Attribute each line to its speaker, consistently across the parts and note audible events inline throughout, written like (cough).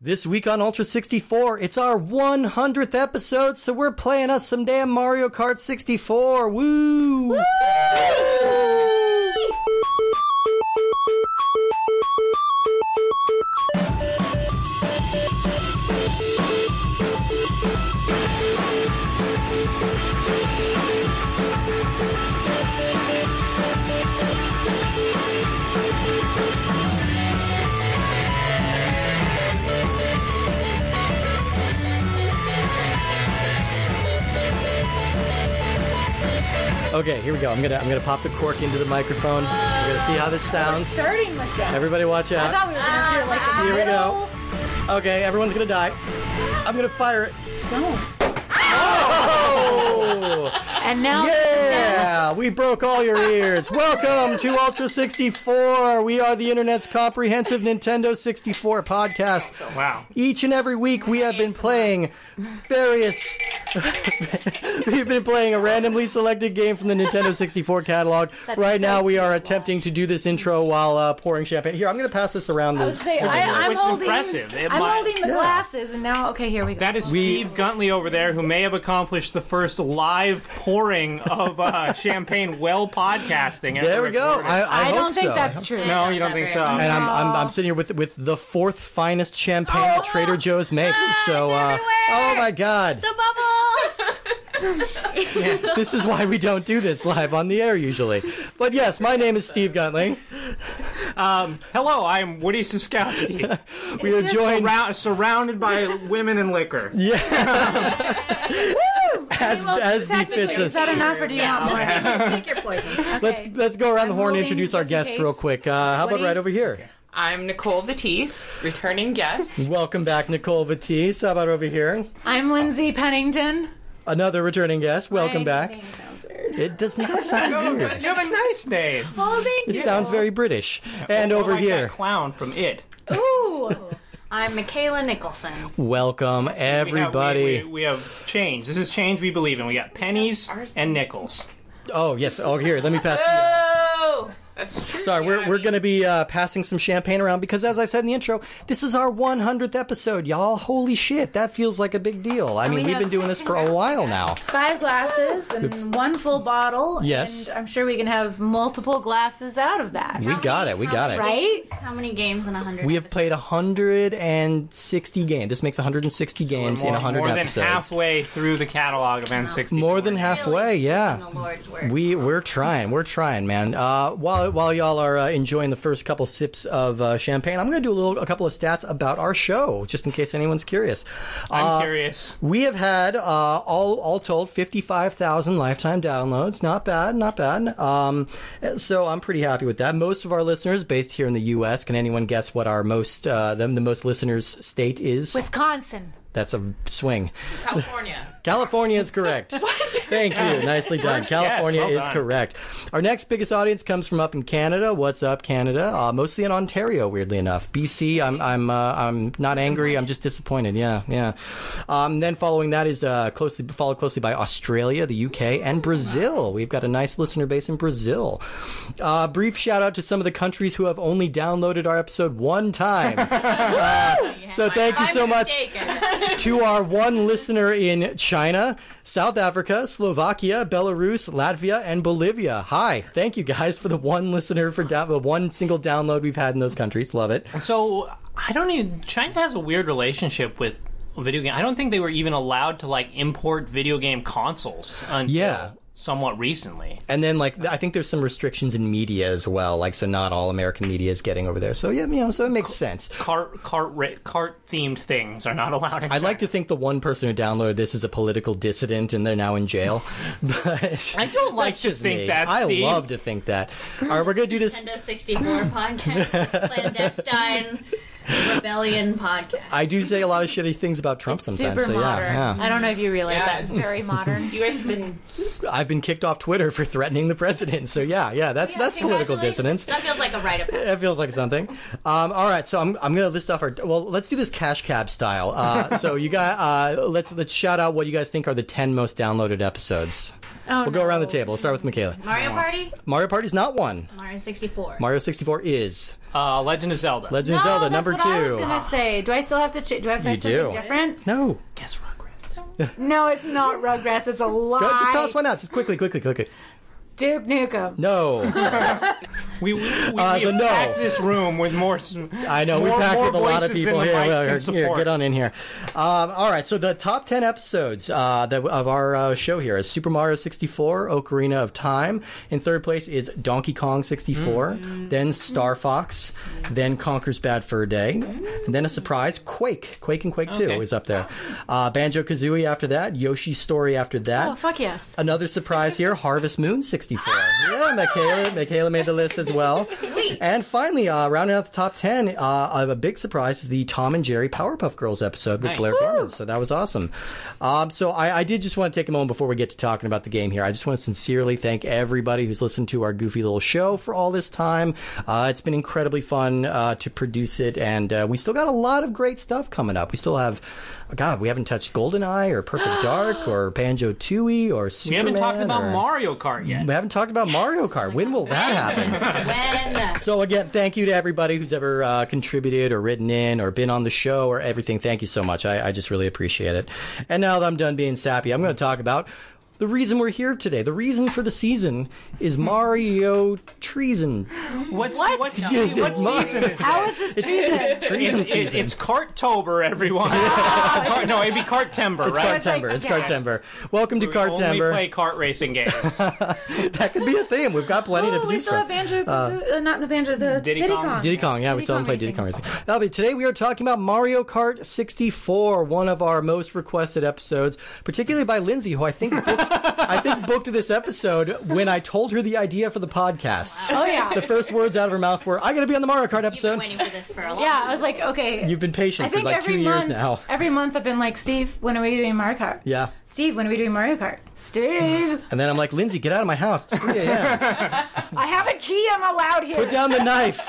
Speaker 1: This week on Ultra 64, it's our 100th episode, so we're playing us some damn Mario Kart 64. Woo! Okay, here we go. I'm gonna I'm gonna pop the cork into the microphone. We're gonna see how this sounds.
Speaker 2: starting with that.
Speaker 1: Everybody, watch
Speaker 2: I thought
Speaker 1: out.
Speaker 2: we were gonna do like a
Speaker 1: Here we
Speaker 2: middle.
Speaker 1: go. Okay, everyone's gonna die. I'm gonna fire it.
Speaker 2: Don't.
Speaker 1: Oh!
Speaker 2: And now
Speaker 1: Yeah, we broke all your ears. Welcome to Ultra 64. We are the internet's comprehensive Nintendo 64 podcast.
Speaker 3: Wow.
Speaker 1: Each and every week, we have been playing various. (laughs) We've been playing a randomly selected game from the Nintendo 64 catalog. right now, we are attempting to do this intro while uh, pouring champagne. Here, I'm going to pass this around.
Speaker 2: I
Speaker 1: The,
Speaker 2: would say I, I'm
Speaker 3: which is
Speaker 2: holding.
Speaker 3: impressive. It
Speaker 2: I'm
Speaker 3: might-
Speaker 2: holding the
Speaker 1: Yeah.
Speaker 2: glasses, and now okay, here we go.
Speaker 3: That is Steve Guntley over there, who may have accomplished the first live pouring of uh, champagne well podcasting. ever
Speaker 1: there we go.
Speaker 3: recorded.
Speaker 1: I, I
Speaker 2: I
Speaker 1: hope
Speaker 2: don't think
Speaker 1: so.
Speaker 2: that's true.
Speaker 3: no, you don't think so.
Speaker 1: And I'm, I'm, I'm sitting here with with the fourth finest champagne that
Speaker 2: Oh!
Speaker 1: Trader Joe's makes.
Speaker 2: Ah,
Speaker 1: so, uh, oh my God,
Speaker 4: The bubbles.
Speaker 1: (laughs) this is why we don't do this live on the air usually. But yes, my name is Steve Guntling.
Speaker 3: Hello, I am Woody Siskowski,
Speaker 1: We are joined
Speaker 3: surround, surrounded by women and liquor.
Speaker 1: as as befits
Speaker 2: Technically, is
Speaker 1: us.
Speaker 2: that enough, or do you
Speaker 4: Yeah,
Speaker 2: want more?
Speaker 4: just pick your, pick your poison. Okay.
Speaker 1: Let's let's go around the
Speaker 2: I'm
Speaker 1: horn and
Speaker 2: holding
Speaker 1: introduce
Speaker 2: just
Speaker 1: our
Speaker 2: in
Speaker 1: guests
Speaker 2: case.
Speaker 1: real quick. Uh, how about
Speaker 2: Woody?
Speaker 1: right over here?
Speaker 5: I'm Nicole Batisse, returning
Speaker 1: (laughs)
Speaker 5: guest.
Speaker 1: Welcome back, Nicole Batiste. How about over here?
Speaker 2: (laughs) I'm Lindsay Pennington.
Speaker 1: Another returning guest. Welcome
Speaker 2: My
Speaker 1: back.
Speaker 2: Name sounds weird.
Speaker 1: It does not sound
Speaker 3: Oh, you
Speaker 1: weird.
Speaker 3: have a nice name.
Speaker 2: Oh, thank
Speaker 1: It
Speaker 2: you.
Speaker 1: sounds very British.
Speaker 3: Oh
Speaker 1: And over
Speaker 3: like
Speaker 1: here.
Speaker 3: that clown from It.
Speaker 2: Ooh. I'm Michaela Nicholson.
Speaker 1: Welcome,
Speaker 3: We have- we-
Speaker 1: everybody.
Speaker 3: we, we have change. This is change we believe in. We got pennies and nickels.
Speaker 1: Oh yes. Oh here, let me pass. to you.
Speaker 5: Oh, that's true.
Speaker 1: Sorry, we're,
Speaker 5: Yeah, I
Speaker 1: we're
Speaker 5: mean,
Speaker 1: going to be uh, passing some champagne around because, as I said in the intro, this is our 100th episode, y'all. Holy shit, that feels like a big deal. I mean,
Speaker 2: we
Speaker 1: we have
Speaker 2: have
Speaker 1: been doing this for a while now.
Speaker 2: Five glasses and one full bottle.
Speaker 1: Yes.
Speaker 2: And I'm sure we can have multiple glasses out of that.
Speaker 1: We got it. We got it.
Speaker 2: Right?
Speaker 4: How many games in a hundred?
Speaker 1: We have played 160 games. This makes 160 games in
Speaker 3: More,
Speaker 1: 100
Speaker 3: more than
Speaker 1: episodes.
Speaker 3: halfway through the catalog of N64.
Speaker 1: More than halfway, yeah.
Speaker 4: The Lord's work.
Speaker 1: We we're trying, we're trying, man. Uh, while while y'all are uh, enjoying the first couple sips of uh, champagne, I'm going to do a little a couple of stats about our show, just in case anyone's curious.
Speaker 3: I'm curious.
Speaker 1: We have had uh, all all told fifty five thousand lifetime downloads. Not bad, not bad. Um, so I'm pretty happy with that. Most of our listeners based here in the U.S. Can anyone guess what our most uh, the, the most listeners state is?
Speaker 2: Wisconsin.
Speaker 1: That's a swing. (laughs)
Speaker 5: California.
Speaker 1: California is
Speaker 3: (laughs)
Speaker 1: correct. Thank you. Nicely done. California
Speaker 3: yes, well
Speaker 1: is
Speaker 3: done.
Speaker 1: correct. Our next biggest audience comes from up in Canada. What's up, Canada? Uh, mostly in Ontario, weirdly enough. BC, I'm I'm uh, I'm not angry. I'm just disappointed. Yeah, yeah. Um, then following that is uh, closely followed closely by Australia, the UK, and Brazil. We've got a nice listener base in Brazil. Uh, brief shout out to some of the countries who have only downloaded our episode one
Speaker 3: (laughs)
Speaker 1: time. Uh, so thank you so much to our one listener in China, South Africa, Slovakia, Belarus, Latvia, and Bolivia. Hi, thank you guys for the one listener for down, the one single download we've had in those countries. Love it.
Speaker 3: So I don't even. China has a weird relationship with video game. I don't think they were even allowed to like import video game consoles until
Speaker 1: Yeah.
Speaker 3: somewhat recently.
Speaker 1: And then like I think there's some restrictions in media as well, like so not all American media is getting over there. So yeah, you know, so it makes sense.
Speaker 3: Cart cart ra- cart themed things are not allowed. In
Speaker 1: I'd like to think the one person who downloaded this is a political dissident and they're now in jail. (laughs) But
Speaker 3: I don't like
Speaker 1: that's
Speaker 3: to
Speaker 1: just
Speaker 3: think
Speaker 1: me.
Speaker 3: that.
Speaker 1: I
Speaker 3: Steve.
Speaker 1: love to think that. All right, we're gonna do this.
Speaker 4: Nintendo
Speaker 1: (laughs)
Speaker 4: 64 podcast, is clandestine rebellion podcast.
Speaker 1: I do say a lot of shitty things about Trump sometimes.
Speaker 2: Super
Speaker 1: So yeah,
Speaker 2: modern.
Speaker 1: yeah.
Speaker 2: I don't know if you realize
Speaker 5: Yeah.
Speaker 2: that. It's very modern.
Speaker 5: You guys have been
Speaker 1: I've been kicked off Twitter for threatening the president. So yeah, yeah, that's that's political dissonance.
Speaker 4: Congratulations. That feels like a rite
Speaker 1: (laughs)
Speaker 4: of passage.
Speaker 1: That feels like something. Um, all right, so I'm, I'm going to list off our. Well, let's do this cash cab style.
Speaker 2: (laughs)
Speaker 1: Uh, so you got uh, let's let's shout out what you guys think are the ten most downloaded episodes. (laughs)
Speaker 2: Oh,
Speaker 1: We'll go around the table. Let's start with Michaela.
Speaker 4: Mario Party,
Speaker 1: Mario Party's not one.
Speaker 4: Mario 64.
Speaker 1: Mario 64 is.
Speaker 3: Uh, Legend of Zelda.
Speaker 1: Legend of Zelda
Speaker 2: that's
Speaker 1: number
Speaker 2: what
Speaker 1: two.
Speaker 2: I was gonna say. Do I still have to? Ch- do I have to
Speaker 1: You
Speaker 2: have
Speaker 1: do.
Speaker 2: something different?
Speaker 1: no,
Speaker 3: Guess Rugrats.
Speaker 2: No, it's not Rugrats. It's a lie.
Speaker 1: Go, just toss one out, just quickly, quickly, quickly.
Speaker 2: Duke Nukem.
Speaker 1: No,
Speaker 3: We, we, we,
Speaker 1: Uh,
Speaker 3: we
Speaker 1: so no.
Speaker 3: packed this room with more. s-
Speaker 1: I know we
Speaker 3: More-
Speaker 1: packed
Speaker 3: more
Speaker 1: with a lot of
Speaker 3: voices
Speaker 1: people
Speaker 3: than the
Speaker 1: here.
Speaker 3: mics
Speaker 1: Well,
Speaker 3: can
Speaker 1: here,
Speaker 3: support.
Speaker 1: Get on in here. Um, all right, so the top ten episodes uh, that of our uh, show here is Super Mario 64, Ocarina of Time. In third place is Donkey Kong 64, then Star Fox, then Conker's Bad Fur Day, and then a surprise Quake, Quake and Quake
Speaker 3: Okay.
Speaker 1: Two is up there. Uh, Banjo Kazooie after that, Yoshi's Story after that.
Speaker 2: Oh fuck yes.
Speaker 1: Another surprise here, Harvest Moon 64. yeah, Michaela, Michaela made the list as well. And finally, uh, rounding out the top 10, uh, a big surprise is the Tom and Jerry Powerpuff Girls episode with
Speaker 3: Nice.
Speaker 1: Blair Gorman. So that was awesome. Um, so I, I did just want to take a moment before we get to talking about the game here. I just want to sincerely thank everybody who's listened to our goofy little show for all this time. Uh, it's been incredibly fun uh, to produce it, and uh, we still got a lot of great stuff coming up. We still have, God, we haven't touched GoldenEye or Perfect Dark or Banjo Tooie or
Speaker 3: We
Speaker 1: Superman.
Speaker 3: haven't talked about
Speaker 1: or-
Speaker 3: Mario Kart yet.
Speaker 1: We haven't talked about Mario Kart. When will that happen?
Speaker 4: When?
Speaker 1: (laughs) So again, thank you to everybody who's ever uh, contributed or written in or been on the show or everything. Thank you so much. I, I just really appreciate it. And now that I'm done being sappy, I'm going to talk about the reason we're here today. The reason for the season is Mario treason.
Speaker 3: What's,
Speaker 2: What?
Speaker 1: (laughs)
Speaker 3: What's,
Speaker 1: Yeah,
Speaker 3: what,
Speaker 1: yeah, Ma-
Speaker 3: season is
Speaker 2: How is this treason?
Speaker 1: Treason
Speaker 3: it, it,
Speaker 1: season.
Speaker 3: it's Carttober,
Speaker 1: (laughs)
Speaker 3: everyone. Cart, no, it'd be Carttember,
Speaker 1: It's
Speaker 3: right?
Speaker 1: Cartember. It's
Speaker 2: Okay.
Speaker 1: Cartember. Welcome to
Speaker 3: We only play
Speaker 1: Cartember.
Speaker 3: kart racing games.
Speaker 1: That could be a theme. We've got plenty to
Speaker 2: Oh, we
Speaker 1: choose
Speaker 2: still have
Speaker 1: from.
Speaker 2: Banjo, Kazoo- uh, not the Banjo, the
Speaker 3: Diddy
Speaker 2: Diddy,
Speaker 3: Kong.
Speaker 2: Kong.
Speaker 1: Diddy Kong, yeah, we still haven't played Diddy Kong Racing. Now, but today we are talking about Mario Kart 64, one of our most requested episodes, particularly by Lindsay, who I think booked, I think booked this episode when I told her the idea for the podcast.
Speaker 2: Oh yeah,
Speaker 1: The first words out of her mouth were, "I got to be on the Mario Kart
Speaker 4: You've been
Speaker 1: episode."
Speaker 4: waiting for this for a long
Speaker 2: yeah. I was like, okay.
Speaker 1: You've been
Speaker 2: I
Speaker 1: patient for
Speaker 2: think
Speaker 1: like two
Speaker 2: every month,
Speaker 1: years now.
Speaker 2: every month I've been like, Steve, when are we doing Mario Kart?
Speaker 1: Yeah,
Speaker 2: Steve, when are we doing Mario Kart? Steve,
Speaker 1: and then I'm like, "Lindsay, get out of my house! It's 3 a.m.
Speaker 2: I have a key. I'm allowed here.
Speaker 1: Put down the knife.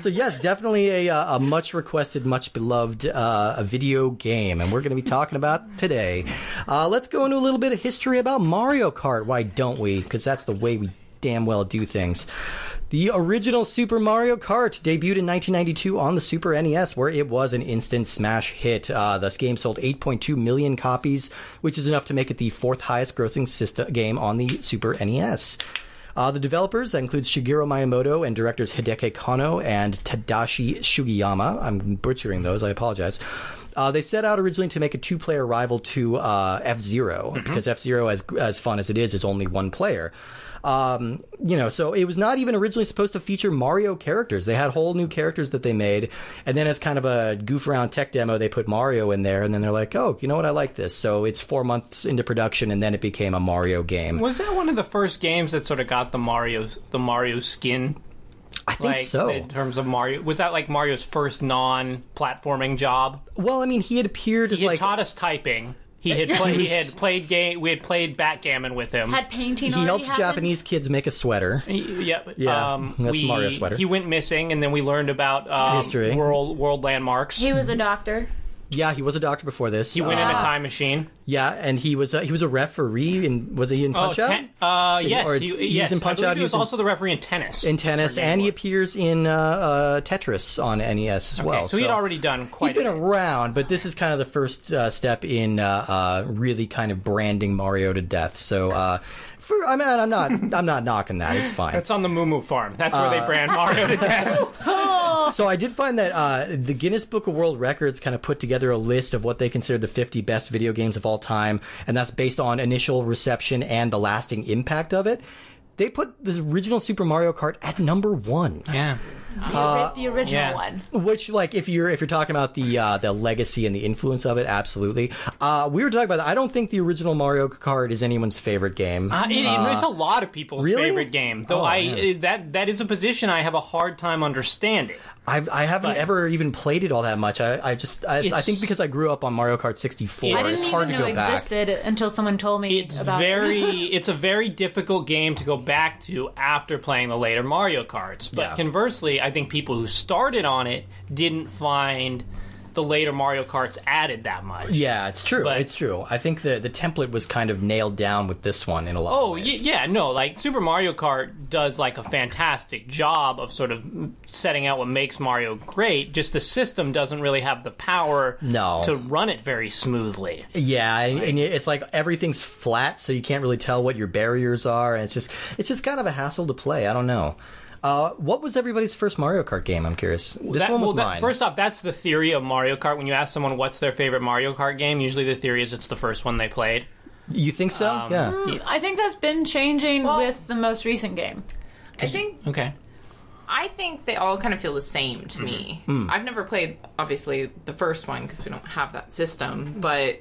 Speaker 1: (laughs) so yes, definitely a, uh, a much requested, much beloved uh, a video game, and we're going to be talking about today. Uh, let's go into a little bit of history about Mario Kart. Why don't we? Because that's the way we damn well do things. The original Super Mario Kart debuted in 1992 on the Super NES, where it was an instant smash hit. Uh, this game sold 8.2 million copies, which is enough to make it the fourth highest grossing system game on the Super E NES. Uh, the developers that includes Shigeru Miyamoto and directors Hideki Kano and Tadashi Sugiyama. I'm butchering those. I apologize. Uh, they set out originally to make a two-player rival to uh, F 0 because F Zero, as as fun as it is, is only one player. Um, you know, so it was not even originally supposed to feature Mario characters. They had whole new characters that they made, and then as kind of a goof around tech demo, they put Mario in there, and then they're like, "Oh, you know what? I like this." So it's four months into production, and then it became a Mario game.
Speaker 3: (laughs) Was that one of the first games that sort of got the Mario the Mario skin?
Speaker 1: I think
Speaker 3: like,
Speaker 1: so.
Speaker 3: In terms of Mario, was that like Mario's first non-platforming job?
Speaker 1: Well, I mean, he had appeared as
Speaker 3: He had
Speaker 1: like
Speaker 3: taught us typing.
Speaker 1: (laughs)
Speaker 3: He had played. he
Speaker 1: He was-
Speaker 3: had played game. We had played backgammon with him.
Speaker 4: Had painting
Speaker 1: he
Speaker 4: already
Speaker 1: helped
Speaker 4: happened?
Speaker 1: Japanese kids make a sweater.
Speaker 3: Yep.
Speaker 1: Yeah,
Speaker 3: um,
Speaker 1: that's
Speaker 3: we,
Speaker 1: Mario sweater.
Speaker 3: He went missing, and then we learned about um,
Speaker 1: History.
Speaker 3: world world landmarks. He,
Speaker 2: he was a doctor.
Speaker 1: Yeah, he was a doctor before this. He
Speaker 3: went in a time machine.
Speaker 1: Yeah, and he was uh, he was a referee and was he in Punch Out?
Speaker 3: ten- uh, yes,
Speaker 1: or
Speaker 3: he,
Speaker 1: he was
Speaker 3: yes.
Speaker 1: in
Speaker 3: I
Speaker 1: Punch
Speaker 3: believe
Speaker 1: Out,
Speaker 3: He
Speaker 1: he
Speaker 3: was
Speaker 1: was in-
Speaker 3: also the referee in tennis.
Speaker 1: in tennis,
Speaker 3: Or game
Speaker 1: and he
Speaker 3: board.
Speaker 1: appears in uh, uh, Tetris on NES as well.
Speaker 3: Okay, so, he'd already done
Speaker 1: He'd
Speaker 3: quite.
Speaker 1: been
Speaker 3: a bit.
Speaker 1: around, but this is kind of the first uh, step in uh, uh, really kind of branding Mario to death. So, uh, for I mean, I'm not I'm not knocking that. It's fine.
Speaker 3: That's on the Moo Moo Farm. That's where
Speaker 1: Uh,
Speaker 3: they
Speaker 1: (laughs)
Speaker 3: brand Mario to death.
Speaker 1: So I did find that uh, the Guinness Book of World Records kind of put together a list of what they consider the 50 best video games of all time, and that's based on initial reception and the lasting impact of it. They put the original Super Mario Kart at number one,
Speaker 3: Yeah.
Speaker 1: Uh,
Speaker 2: the original
Speaker 3: yeah.
Speaker 2: one.
Speaker 1: which, like, if you're if you're talking about the uh, the legacy and the influence of it, absolutely. Uh, we were talking about that. I don't think the original Mario Kart is anyone's favorite game.
Speaker 3: Uh, it- it's a lot of people's
Speaker 1: really?
Speaker 3: favorite game, though.
Speaker 1: Oh,
Speaker 3: I
Speaker 1: man.
Speaker 3: uh, that that is a position I have a hard time understanding.
Speaker 1: I've, I haven't
Speaker 3: but-
Speaker 1: ever even played it all that much. I, I just I, I
Speaker 3: It's-
Speaker 1: think because I grew up on Mario Kart 64,
Speaker 2: I didn't
Speaker 1: it's
Speaker 2: even
Speaker 1: hard to
Speaker 2: know
Speaker 1: go back.
Speaker 2: existed until someone told me
Speaker 3: It's
Speaker 2: about. (laughs)
Speaker 3: very it's a very difficult game to go back to after playing the later Mario Karts. But
Speaker 1: Yeah.
Speaker 3: conversely, I think people who started on it didn't find the later Mario Karts added that much.
Speaker 1: Yeah, it's true.
Speaker 3: But-
Speaker 1: it's true. I think the the template was kind of nailed down with this one in a lot.
Speaker 3: Oh
Speaker 1: of
Speaker 3: y-
Speaker 1: ways.
Speaker 3: yeah, no, like Super Mario Kart does like a fantastic job of sort of setting out what makes Mario great. Just the system doesn't really have the power
Speaker 1: No.
Speaker 3: to run it very smoothly.
Speaker 1: Yeah, and, and it's like everything's flat, so you can't really tell what your barriers are, and it's just it's just kind of a hassle to play. I don't know. Uh, what was everybody's first Mario Kart game? I'm curious. This
Speaker 3: That-
Speaker 1: one was
Speaker 3: well, that-
Speaker 1: mine.
Speaker 3: first off, that's the theory of Mario Kart. When you ask someone what's their favorite Mario Kart game, usually the theory is it's the first one they played.
Speaker 1: you think so?
Speaker 3: um,
Speaker 1: yeah.
Speaker 2: I think that's been changing
Speaker 5: Well-
Speaker 2: with the most recent game.
Speaker 5: I think
Speaker 3: Okay.
Speaker 5: I think they all kind of feel the same to me.
Speaker 1: Mm-hmm. Mm.
Speaker 5: I've never played, obviously, the first one because we don't have that system, but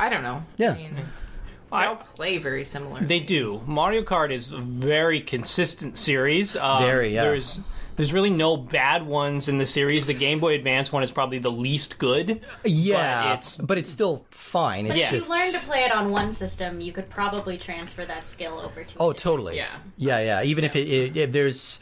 Speaker 5: I don't know.
Speaker 1: Yeah.
Speaker 5: I mean, they all play very similar.
Speaker 3: They do. Mario Kart is a very consistent series. Um,
Speaker 1: Very, yeah.
Speaker 3: There's there's really no bad ones in the series. The Game Boy Advance one is probably the least good.
Speaker 1: Yeah, but it's,
Speaker 3: it's-
Speaker 1: still fine. It's
Speaker 3: Yeah.
Speaker 4: If you
Speaker 1: just
Speaker 4: learn to play it on one system, you could probably transfer that skill over to.
Speaker 1: Oh,
Speaker 4: a different
Speaker 1: totally.
Speaker 5: Yeah.
Speaker 1: yeah, yeah. Even if it, it, if there's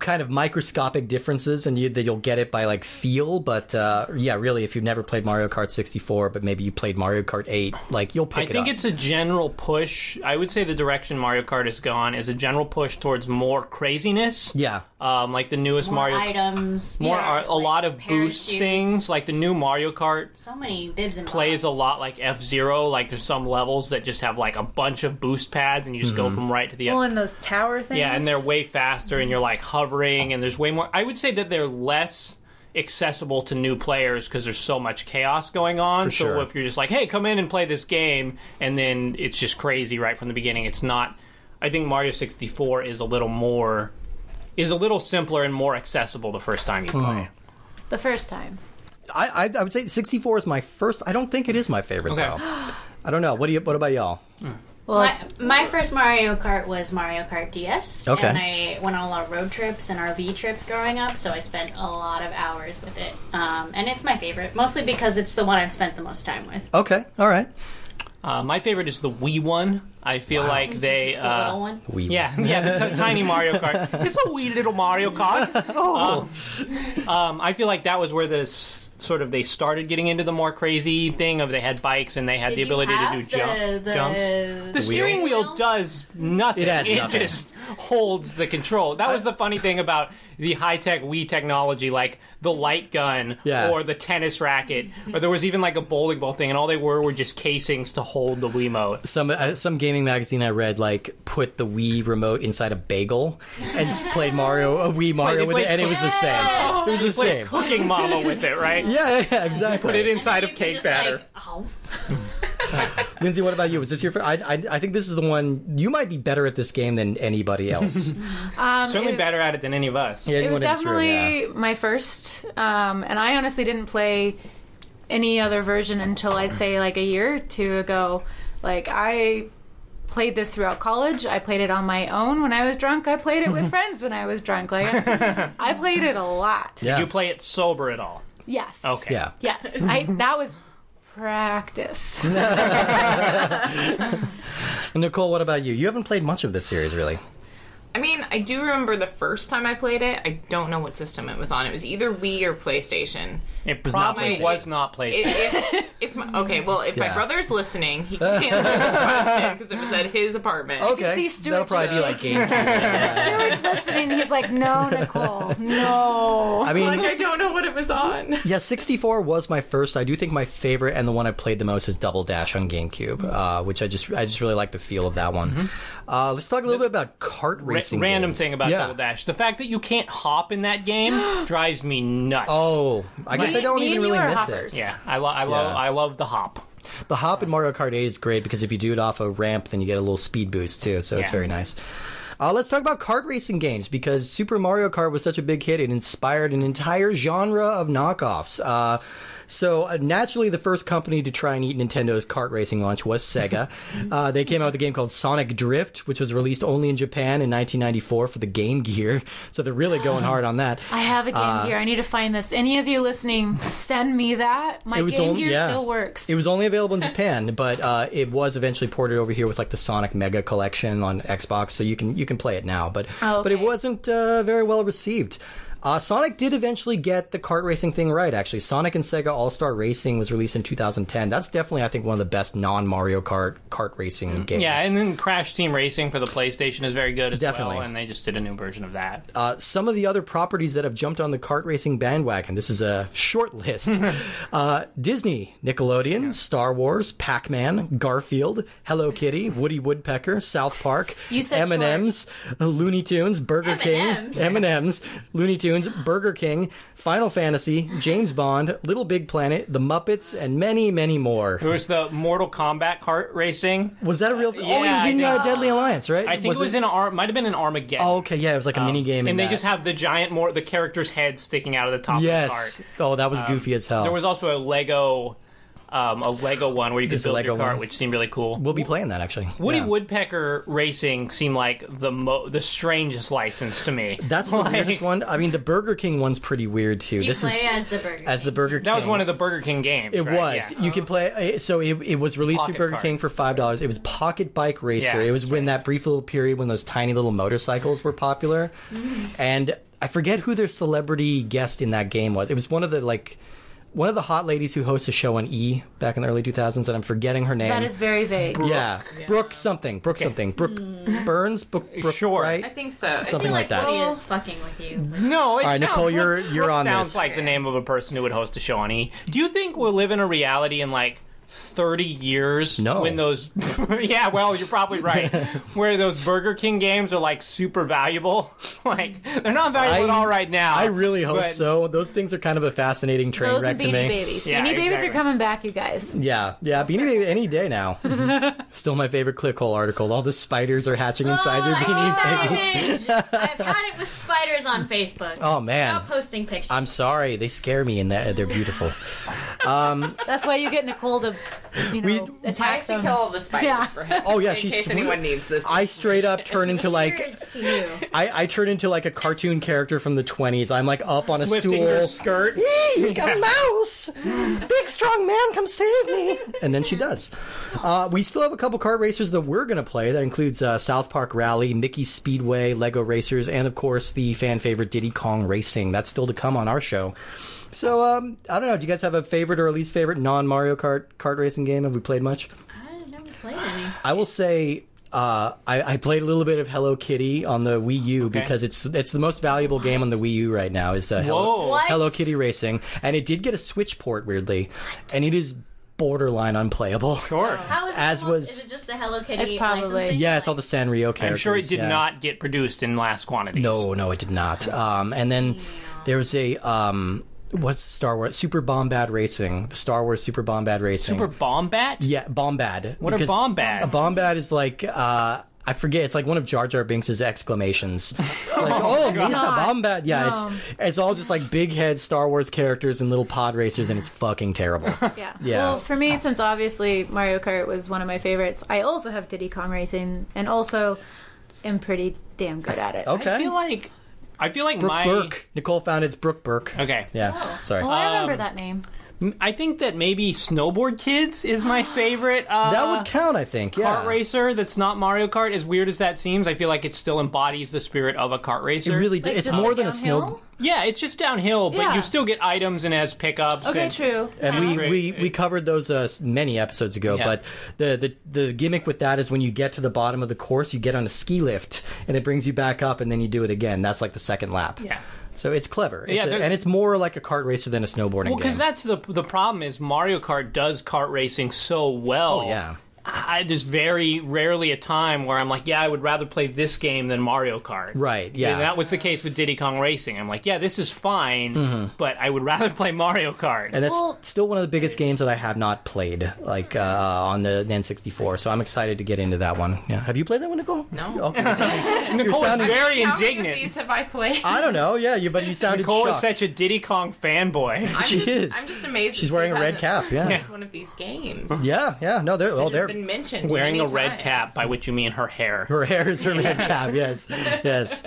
Speaker 1: kind of microscopic differences, and you that you'll get it by like feel, but uh, yeah, really, if you've never played Mario Kart 64, but maybe you played Mario Kart 8, like you'll pick
Speaker 3: I think
Speaker 1: it up.
Speaker 3: it's a general push. I would say the direction Mario Kart has gone is a general push towards more craziness.
Speaker 1: yeah,
Speaker 3: Um, like the newest
Speaker 4: More
Speaker 3: Mario.
Speaker 4: items.
Speaker 3: More
Speaker 4: yeah,
Speaker 3: are, a
Speaker 4: like
Speaker 3: lot of boost
Speaker 4: parachutes.
Speaker 3: things. Like the new Mario Kart
Speaker 4: so many bibs and
Speaker 3: plays a
Speaker 4: bobs.
Speaker 3: lot like F Zero. Like there's some levels that just have like a bunch of boost pads, and you just go
Speaker 1: Mm-hmm.
Speaker 3: from right to the
Speaker 2: Well, in those tower things.
Speaker 3: Yeah, and they're way faster, and you're like hovering, and there's way more. I would say that they're less accessible to new players because there's so much chaos going on.
Speaker 1: For
Speaker 3: so
Speaker 1: sure.
Speaker 3: if you're just like, hey, come in and play this game, and then it's just crazy right from the beginning, it's not. I think Mario 64 is a little more. Is a little simpler and more accessible the first time you
Speaker 1: Hmm.
Speaker 3: play.
Speaker 2: the first time.
Speaker 1: I, I I would say 64 is my first. I don't think it is my favorite
Speaker 3: Okay.
Speaker 1: though. I don't know. What do you? What about y'all?
Speaker 2: Well,
Speaker 4: My,
Speaker 2: it's-
Speaker 4: my first Mario Kart was Mario Kart DS,
Speaker 1: Okay.
Speaker 4: and I went on a lot of road trips and RV trips growing up, so I spent a lot of hours with it. Um, and it's my favorite, mostly because it's the one I've spent the most time with.
Speaker 1: Okay, all right.
Speaker 3: Uh, my favorite is the Wii one. I feel like they.
Speaker 4: The
Speaker 3: Uh,
Speaker 4: little one.
Speaker 1: We
Speaker 3: Yeah, (laughs) yeah, the t- tiny Mario
Speaker 1: (laughs)
Speaker 3: Kart. It's a wee little Mario Kart. Oh. Um, um, I feel like that was where the s- sort of they started getting into the more crazy thing of they had bikes and they had
Speaker 4: Did
Speaker 3: the
Speaker 4: you
Speaker 3: ability to
Speaker 4: have
Speaker 3: do
Speaker 4: the-
Speaker 3: jump,
Speaker 4: the-
Speaker 3: jumps. The, steering wheel,
Speaker 4: Wheel?
Speaker 3: does nothing.
Speaker 1: It adds nothing.
Speaker 3: just holds the control. That was the funny thing about the high tech Wii technology, like the light gun
Speaker 1: Yeah.
Speaker 3: or the tennis racket, or there was even like a bowling ball thing, and all they were were just casings to hold the Wiimote.
Speaker 1: Some uh, some gaming magazine I read like put the Wii remote inside a bagel and just played Mario a Wii Mario with
Speaker 3: played
Speaker 1: it, and it was the same. It was the
Speaker 3: Like
Speaker 1: same.
Speaker 3: cooking mama with it, right?
Speaker 1: (laughs) Yeah, yeah, yeah, exactly.
Speaker 3: Put it (laughs) inside of
Speaker 4: You
Speaker 3: cake
Speaker 4: just
Speaker 3: batter.
Speaker 4: like, oh.
Speaker 1: Lindsay, what about you? Was this your first? I, I, I think this is the one you might be better at this game than
Speaker 2: (laughs)
Speaker 1: anybody else.
Speaker 2: um,
Speaker 3: Certainly
Speaker 2: it-
Speaker 3: better at it than any of us.
Speaker 2: It was
Speaker 1: Anyone in this room,
Speaker 2: definitely
Speaker 1: yeah.
Speaker 2: my first, um, and I honestly didn't play any other version until I'd say like a year or two ago. Like I played this throughout college. I played it on my own when I was drunk. I played it with friends when I was drunk. Like I, I played it a lot.
Speaker 1: Yeah.
Speaker 3: You play it sober at all.
Speaker 2: Yes.
Speaker 3: Okay.
Speaker 1: yeah.
Speaker 2: Yes. I that was practice.
Speaker 1: And Nicole, what about you? You haven't played much of this series, really.
Speaker 5: I mean, I do remember the first time I played it. I don't know what system it was on. It was either Wii or PlayStation.
Speaker 3: It
Speaker 1: not
Speaker 3: probably
Speaker 5: PlayStation.
Speaker 3: was not PlayStation.
Speaker 5: If, if, if my, okay, well, if
Speaker 1: Yeah.
Speaker 5: my brother's
Speaker 1: (laughs)
Speaker 5: listening, he can answer this question because it was at his apartment.
Speaker 1: Okay,
Speaker 2: see
Speaker 1: that'll
Speaker 2: Stuart
Speaker 1: probably be like GameCube.
Speaker 2: Stuart's listening. He's like, no, Nicole, no.
Speaker 1: I
Speaker 2: (laughs)
Speaker 5: Like
Speaker 1: mean,
Speaker 5: I don't know what it was on.
Speaker 1: yeah, 64 was my first. I do think my favorite and the one I played the most is Double Dash on GameCube, uh, which I just I just really like the feel of that one. Uh, let's talk a little bit about kart
Speaker 3: Mm-hmm.
Speaker 1: racing.
Speaker 3: Ra- random
Speaker 1: games.
Speaker 3: thing about
Speaker 1: Yeah.
Speaker 3: Double Dash. The fact that you can't hop in that
Speaker 4: (gasps)
Speaker 3: game drives me nuts.
Speaker 1: Oh, I guess I don't
Speaker 2: me
Speaker 1: even
Speaker 2: and you
Speaker 1: really
Speaker 2: are
Speaker 1: miss
Speaker 2: hoppers.
Speaker 1: it.
Speaker 3: Yeah. I, lo- I love
Speaker 1: Yeah.
Speaker 3: I love the hop.
Speaker 1: (laughs) The hop in Mario Kart 8 is great because if you do it off a ramp, then you get a little speed boost too, so it's
Speaker 3: Yeah.
Speaker 1: very nice. Uh, let's talk about kart racing games because Super Mario Kart was such a big hit, it inspired an entire genre of knockoffs. Uh, so uh, naturally, the first company to try and eat Nintendo's kart racing launch was Sega. uh, they came out with a game called Sonic Drift, which was released only in Japan in 1994 for the Game Gear. (laughs) So they're really going hard on that.
Speaker 2: I have a Game
Speaker 1: Uh,
Speaker 2: Gear. I need to find this. Any of you listening, send me that. My
Speaker 1: It was
Speaker 2: Game
Speaker 1: only-
Speaker 2: Gear
Speaker 1: yeah.
Speaker 2: still works.
Speaker 1: It was only
Speaker 2: (laughs)
Speaker 1: available in Japan, but uh, it was eventually ported over here with like the Sonic Mega Collection on Xbox, so you can you can play it now. But
Speaker 2: Oh,
Speaker 1: but it
Speaker 2: okay.
Speaker 1: wasn't uh, very well received. Uh, Sonic did eventually get the kart racing thing right, actually. Sonic and Sega All Star Racing was released in 2010. That's definitely, I think, one of the best non Mario Kart kart racing games.
Speaker 3: Mm-hmm. Yeah, and then Crash Team Racing for the PlayStation is very good as
Speaker 1: Definitely.
Speaker 3: well, and they just did a new version of that.
Speaker 1: uh, some of the other properties that have jumped on the kart racing bandwagon. This is a short
Speaker 3: (laughs)
Speaker 1: list: uh, Disney, Nickelodeon, Star Wars, Pac Man, Garfield, Hello Kitty, Woody Woodpecker, South Park,
Speaker 4: You said
Speaker 1: M and M's, Looney Tunes, Burger
Speaker 4: M&Ms.
Speaker 1: King, M and M's, Looney Tunes, Burger King, Final Fantasy, James Bond, Little Big Planet, The Muppets, and many, many more.
Speaker 3: There was the Mortal Kombat kart racing.
Speaker 1: Was that a real? Th- oh,
Speaker 3: Yeah,
Speaker 1: it was
Speaker 3: I
Speaker 1: in
Speaker 3: think-
Speaker 1: uh, Deadly Alliance, right?
Speaker 3: I think it was in Ar- might have been in Armageddon.
Speaker 1: Oh, okay, yeah, it was like a mini game,
Speaker 3: and they just have the giant more the character's head sticking out of the top
Speaker 1: yes.
Speaker 3: of the
Speaker 1: Oh, that was goofy as hell.
Speaker 3: cart. There was also a Lego um, a Lego one where you could
Speaker 1: There's a
Speaker 3: build
Speaker 1: Lego
Speaker 3: your cart,
Speaker 1: one.
Speaker 3: which seemed really cool.
Speaker 1: We'll be playing that actually.
Speaker 3: Woody
Speaker 1: Yeah.
Speaker 3: Woodpecker racing seemed like the mo- the strangest license to me. (laughs)
Speaker 1: That's the
Speaker 3: Like,
Speaker 1: weirdest one. I mean, the Burger King one's pretty weird too.
Speaker 4: You
Speaker 1: this
Speaker 4: play
Speaker 1: is
Speaker 4: as the burger.
Speaker 1: as the Burger King.
Speaker 3: That was one of the Burger King games.
Speaker 1: It
Speaker 3: right?
Speaker 1: was.
Speaker 3: Yeah.
Speaker 1: You can play. uh, So it, it was released
Speaker 3: Pocket
Speaker 1: through Burger
Speaker 3: cart.
Speaker 1: King for five dollars. It was Pocket Bike Racer.
Speaker 3: Yeah,
Speaker 1: it was when that brief little period when those tiny little motorcycles were popular, and I forget who their celebrity guest in that game was. It was one of the like. One of the hot ladies who hosts a show on E back in the early 2000s, and I'm forgetting her name.
Speaker 2: That is very vague.
Speaker 1: yeah, Brooke something, Brooke something, Brooke Burns, Brooke, Brooke
Speaker 3: Sure.
Speaker 5: I
Speaker 1: right?
Speaker 5: think so. I
Speaker 1: Something
Speaker 5: think-
Speaker 1: like that.
Speaker 4: He is fucking with you.
Speaker 3: No, it's
Speaker 1: All right, Nicole, you're- you're on
Speaker 3: sounds
Speaker 1: this.
Speaker 3: like the name of a person who would host a show on E. Do you think we'll live in a reality in like 30 years?
Speaker 1: No.
Speaker 3: When those, (laughs) yeah, well, you're
Speaker 1: (laughs)
Speaker 3: probably right. Where those Burger King games are like super valuable. (laughs) like they're not valuable
Speaker 1: I-
Speaker 3: at all right now.
Speaker 1: I really hope
Speaker 3: but-
Speaker 1: so. Those things are kind of a fascinating train
Speaker 2: Those
Speaker 1: wreck
Speaker 2: and
Speaker 1: to
Speaker 2: Beanie
Speaker 1: me.
Speaker 2: Babies.
Speaker 3: Yeah,
Speaker 2: Beanie Babies
Speaker 3: exactly.
Speaker 2: are coming back, you guys.
Speaker 1: Yeah, yeah, Beanie Baby any day now. Still my favorite clickhole article. All the spiders are hatching inside
Speaker 4: oh,
Speaker 1: their
Speaker 4: I hate
Speaker 1: Beanie
Speaker 4: that
Speaker 1: Babies.
Speaker 4: image.
Speaker 1: (laughs)
Speaker 4: I've had it with spiders on Facebook.
Speaker 1: Oh man,
Speaker 4: Stop posting pictures.
Speaker 1: I'm sorry. They scare me, and they're, they're beautiful.
Speaker 2: That's why you get Nicole to, you know,
Speaker 5: I
Speaker 2: attack
Speaker 5: have to
Speaker 2: them.
Speaker 5: kill all the spiders
Speaker 2: Yeah.
Speaker 5: for him.
Speaker 1: Oh, (laughs) yeah,
Speaker 5: in
Speaker 1: she's
Speaker 5: case
Speaker 1: sweet.
Speaker 5: anyone needs this.
Speaker 1: I straight up turn into like
Speaker 4: Cheers to you.
Speaker 1: I, I turn into like a cartoon character from the 20s. I'm like up on a
Speaker 3: Lifting
Speaker 1: stool.
Speaker 3: your skirt.
Speaker 1: "Eee, a mouse! Big strong man, come save me! And then she does. Uh, we still have a couple kart racers that we're going to play. That includes uh, South Park Rally, Mickey Speedway, Lego Racers, and of course the fan favorite Diddy Kong Racing. That's still to come on our show. So um, I don't know. Do you guys have a favorite or least favorite non Mario Kart kart racing game? Have we played much?
Speaker 4: I never played any.
Speaker 1: I will say uh, I, I played a little bit of Hello Kitty on the Wii U because it's it's the most valuable game on the Wii U right now. Is uh, Hello,
Speaker 3: Whoa. What?
Speaker 1: Hello Kitty Racing, and it did get a Switch port weirdly, and it is borderline unplayable.
Speaker 3: Sure.
Speaker 4: How is it
Speaker 1: As
Speaker 4: almost-
Speaker 1: was-
Speaker 4: Is it just the Hello Kitty?
Speaker 2: It's probably-
Speaker 4: licensing?
Speaker 1: Yeah, it's all the Sanrio characters.
Speaker 3: I'm sure it did
Speaker 1: yeah.
Speaker 3: not get produced in last quantities.
Speaker 1: No, no, it did not. Um, and then there was a um, what's the Star Wars Super Bombad Racing, the Star Wars Super Bombad Racing.
Speaker 3: Super Bombat?
Speaker 1: Yeah, Bombad.
Speaker 3: What are
Speaker 1: Because
Speaker 3: Bombad?
Speaker 1: A Bombad is like uh, I forget. It's like one of Jar Jar Binks's exclamations.
Speaker 3: (laughs)
Speaker 1: like, oh, he's a Bombad. Yeah, it's it's all just like big head Star Wars characters and little pod racers, and it's fucking terrible.
Speaker 2: Yeah.
Speaker 1: Yeah.
Speaker 2: Well, for me, since obviously Mario Kart was one of my favorites, I also have Diddy Kong Racing and also am pretty damn good at it.
Speaker 1: Okay.
Speaker 3: I feel like I feel like
Speaker 1: Brooke
Speaker 3: my Uh,
Speaker 1: Burke. Nicole found it's Brooke Burke.
Speaker 3: Okay.
Speaker 1: Yeah.
Speaker 4: Oh.
Speaker 1: Sorry.
Speaker 2: Well, I
Speaker 3: Um,
Speaker 2: remember that name.
Speaker 3: I think that maybe Snowboard Kids
Speaker 1: (gasps)
Speaker 3: is my favorite. Uh,
Speaker 1: that would count, I think. Yeah.
Speaker 3: kart racer that's not Mario Kart. As weird as that seems, I feel like it still embodies the spirit of a kart
Speaker 1: It
Speaker 3: racer.
Speaker 1: really. did.
Speaker 4: Like,
Speaker 1: it's
Speaker 4: just
Speaker 1: more
Speaker 4: the
Speaker 1: than a snow.
Speaker 4: downhill?
Speaker 3: yeah, it's just downhill, but
Speaker 2: Yeah.
Speaker 3: you still get items and it has pickups.
Speaker 2: Okay,
Speaker 3: and-
Speaker 2: true.
Speaker 1: and we,
Speaker 3: Patrick,
Speaker 1: we, we
Speaker 3: it-
Speaker 1: covered those uh, s- many episodes ago.
Speaker 3: Yeah.
Speaker 1: But the, the the gimmick with that is when you get to the bottom of the course, you get on a ski lift, and it brings you back up, and then you do it again. That's like the second lap.
Speaker 3: Yeah.
Speaker 1: So it's clever. It's
Speaker 3: Yeah,
Speaker 1: a-
Speaker 3: there-
Speaker 1: and it's more like a kart racer than a snowboarding game.
Speaker 3: Well, because that's the the problem is Mario Kart does kart racing so well.
Speaker 1: Oh, yeah.
Speaker 3: I, there's very rarely a time where I'm like, yeah, I would rather play this game than Mario Kart.
Speaker 1: Right, yeah.
Speaker 3: And that was the case with Diddy Kong Racing. I'm like, yeah, this is fine, but I would rather (laughs) play Mario Kart.
Speaker 1: Mm-hmm. and that's
Speaker 4: Well-
Speaker 1: still one of the biggest games that I have not played, like uh, on the N64. So I'm excited to get into that one. Yeah. Have you played that one, Nicole?
Speaker 5: No.
Speaker 1: Okay, you're sounding- you're
Speaker 3: Nicole is
Speaker 1: sounding-
Speaker 3: very
Speaker 5: How many of
Speaker 3: indignant.
Speaker 5: these have I played?
Speaker 1: I don't know. Yeah, you, but you sounded
Speaker 3: Nicole is
Speaker 1: shocked.
Speaker 3: such a Diddy Kong fanboy.
Speaker 5: (laughs)
Speaker 3: (laughs)
Speaker 5: (laughs) I'm
Speaker 1: She
Speaker 5: just,
Speaker 1: is.
Speaker 5: I'm just amazed.
Speaker 1: She's
Speaker 5: that
Speaker 1: wearing a
Speaker 5: Steve
Speaker 1: red
Speaker 5: hasn't
Speaker 1: cap. Yeah.
Speaker 3: Yeah.
Speaker 1: Yeah.
Speaker 5: One of these games.
Speaker 1: Yeah. No, they're oh,
Speaker 5: It's
Speaker 1: they're
Speaker 5: been mentioned.
Speaker 3: Wearing a
Speaker 5: many
Speaker 3: red
Speaker 5: times.
Speaker 3: cap, by which you mean her hair.
Speaker 1: Her hair is her red cap. Yes, yes.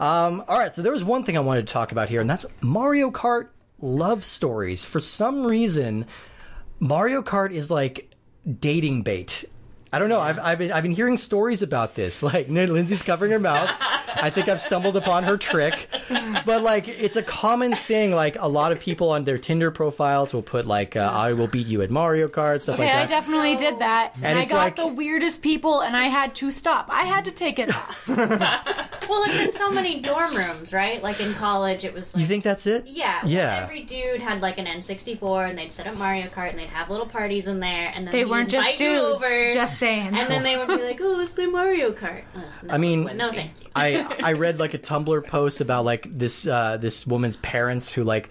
Speaker 1: Um, all right. So there was one thing I wanted to talk about here, and that's Mario Kart love stories. For some reason, Mario Kart is like dating bait. I don't know. I've, I've been I've been hearing stories about this. (laughs) Like Lindsay's covering her mouth. I think I've stumbled upon her trick, but like it's a common thing. Like a lot of people on their Tinder profiles will put like uh, "I will beat you at Mario Kart" stuff
Speaker 2: Okay, I
Speaker 1: like that.
Speaker 2: definitely did that. And, I
Speaker 1: it's
Speaker 2: got
Speaker 1: like-
Speaker 2: the weirdest people, and I had to stop. I had to take it off.
Speaker 4: Well, it's in so many dorm rooms, right? Like in college, it was like.
Speaker 1: you think that's it?
Speaker 4: yeah, well,
Speaker 1: Yeah.
Speaker 4: Every dude had like an N64, and they'd set up Mario Kart, and they'd have little parties in there, and then
Speaker 2: They
Speaker 4: he'd
Speaker 2: weren't
Speaker 4: invite
Speaker 2: just
Speaker 4: you
Speaker 2: dudes.
Speaker 4: over,
Speaker 2: Just saying.
Speaker 4: and then they would be like, "Oh, let's play Mario Kart." Ugh, no,
Speaker 1: I mean,
Speaker 4: no, thank you.
Speaker 1: I I read like a Tumblr post about like this uh, this woman's parents who like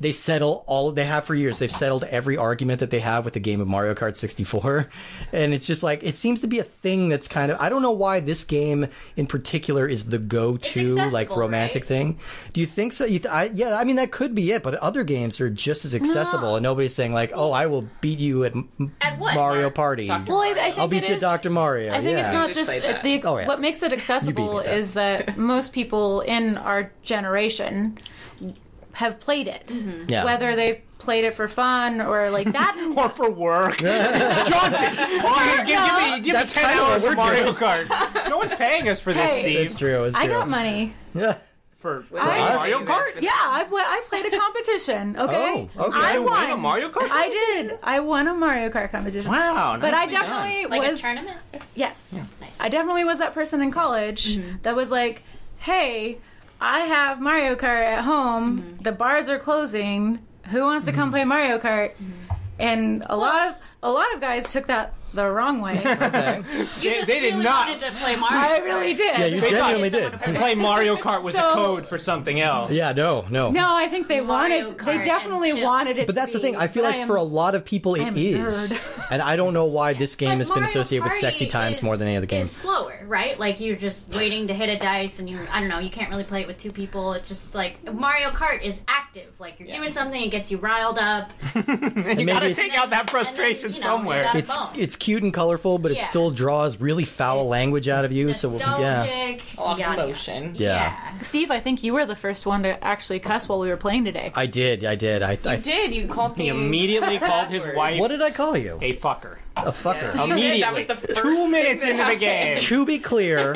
Speaker 1: they settle all they have for years. They've settled every argument that they have with the game of Mario Kart 64, (laughs) and it's just like it seems to be a thing that's kind of I don't know why this game in particular is the go-to
Speaker 4: accessible,
Speaker 1: like romantic
Speaker 4: right?
Speaker 1: thing. Do you think so? You th- I, yeah, I mean that could be it, but other games are just as accessible, and nobody's saying like, oh, I will beat you at, M-
Speaker 4: At what?
Speaker 1: Mario Party.
Speaker 5: Doctor-
Speaker 2: well, I, I think
Speaker 1: I'll beat
Speaker 2: it
Speaker 1: you,
Speaker 2: is-
Speaker 1: at Dr. Mario.
Speaker 2: I
Speaker 1: yeah.
Speaker 2: think it's
Speaker 5: Yeah.
Speaker 2: not
Speaker 5: We
Speaker 2: just
Speaker 5: play that.
Speaker 2: the,
Speaker 1: Oh, yeah. (laughs)
Speaker 2: what makes it accessible
Speaker 1: at that.
Speaker 2: is that most people in our generation have played it,
Speaker 1: Yeah.
Speaker 2: whether they played it for fun or
Speaker 1: (laughs)
Speaker 2: like that.
Speaker 3: (laughs) Or for work. (laughs) Johnson! Oh, give, give me, give
Speaker 1: That's
Speaker 3: me 10
Speaker 1: kinda what
Speaker 3: hours
Speaker 1: we're
Speaker 3: of Mario
Speaker 1: doing.
Speaker 5: (laughs)
Speaker 3: Kart. No one's paying us for this,
Speaker 2: Hey.
Speaker 3: Steve.
Speaker 1: It's true. It's true.
Speaker 2: I got money.
Speaker 1: (laughs) Yeah.
Speaker 3: For, for
Speaker 2: us?
Speaker 3: Mario Kart?
Speaker 2: Yeah, I, pla- I played
Speaker 1: (laughs)
Speaker 2: a competition. Okay,
Speaker 1: Oh, okay.
Speaker 2: I
Speaker 1: You
Speaker 3: You
Speaker 2: won.
Speaker 3: win a Mario Kart?
Speaker 2: I did. I won a Mario Kart competition.
Speaker 3: Wow.
Speaker 2: But I
Speaker 3: nicely done.
Speaker 2: definitely
Speaker 4: like
Speaker 2: was
Speaker 4: a tournament.
Speaker 2: yes.
Speaker 4: Nice.
Speaker 2: I definitely was that person in college that was like, "Hey, I have Mario Kart at home. The bars are closing. Who wants to
Speaker 1: Mm-hmm.
Speaker 2: come play Mario Kart?" And a lot of a lot of guys took that the
Speaker 1: (laughs)
Speaker 2: wrong way.
Speaker 4: You
Speaker 3: They-
Speaker 4: just
Speaker 3: they did
Speaker 4: really
Speaker 3: not-
Speaker 4: wanted to play Mario.
Speaker 2: I
Speaker 4: Kart.
Speaker 2: really did.
Speaker 1: Uh, Yeah, you
Speaker 3: thought-
Speaker 1: genuinely
Speaker 4: Someone
Speaker 1: did.
Speaker 4: to play-
Speaker 3: (laughs) Play Mario Kart was
Speaker 2: So-
Speaker 3: a code for something else.
Speaker 1: Yeah, no, no.
Speaker 2: no, I think they
Speaker 4: Mario
Speaker 2: wanted.
Speaker 4: Kart
Speaker 2: They
Speaker 4: and
Speaker 2: definitely
Speaker 4: chill.
Speaker 2: wanted it.
Speaker 1: But
Speaker 2: to
Speaker 1: that's the
Speaker 2: be,
Speaker 1: thing. I feel
Speaker 2: but
Speaker 1: like
Speaker 2: am-
Speaker 1: for a lot of people it
Speaker 2: am a
Speaker 1: is, and I don't know why this game
Speaker 4: But
Speaker 1: has been
Speaker 4: Mario
Speaker 1: associated with sexy
Speaker 4: Party
Speaker 1: times
Speaker 4: is-
Speaker 1: more than any other game.
Speaker 4: Is slower, right? Like you're just waiting to hit a dice, and you I don't know, you can't really play it with two people. It's just like Mario Kart is active. Like you're doing something, it gets you riled up.
Speaker 3: (laughs) You gotta
Speaker 1: it's-
Speaker 3: take out that frustration
Speaker 4: you know,
Speaker 3: somewhere.
Speaker 4: you gotta-
Speaker 1: It's
Speaker 4: phone.
Speaker 1: it's cute and colorful, but it
Speaker 4: Yeah.
Speaker 1: still draws really foul
Speaker 4: It's
Speaker 1: language out of you. So yeah,
Speaker 4: Nostalgic.
Speaker 5: A lot of
Speaker 4: yada, yada.
Speaker 5: emotion.
Speaker 1: Yeah.
Speaker 2: Steve, I think you were the first one to actually cuss while we were playing today.
Speaker 1: I did, I did. I, I
Speaker 5: You did. You called me.
Speaker 3: He
Speaker 4: (laughs)
Speaker 3: immediately called his
Speaker 5: Backward.
Speaker 3: wife
Speaker 1: what did I call you?
Speaker 3: a fucker.
Speaker 1: A fucker.
Speaker 5: You did. That
Speaker 3: Immediately.
Speaker 5: was the first
Speaker 3: Two
Speaker 5: thing
Speaker 3: minutes
Speaker 5: that
Speaker 3: into the
Speaker 5: happened.
Speaker 3: game.
Speaker 1: To be clear,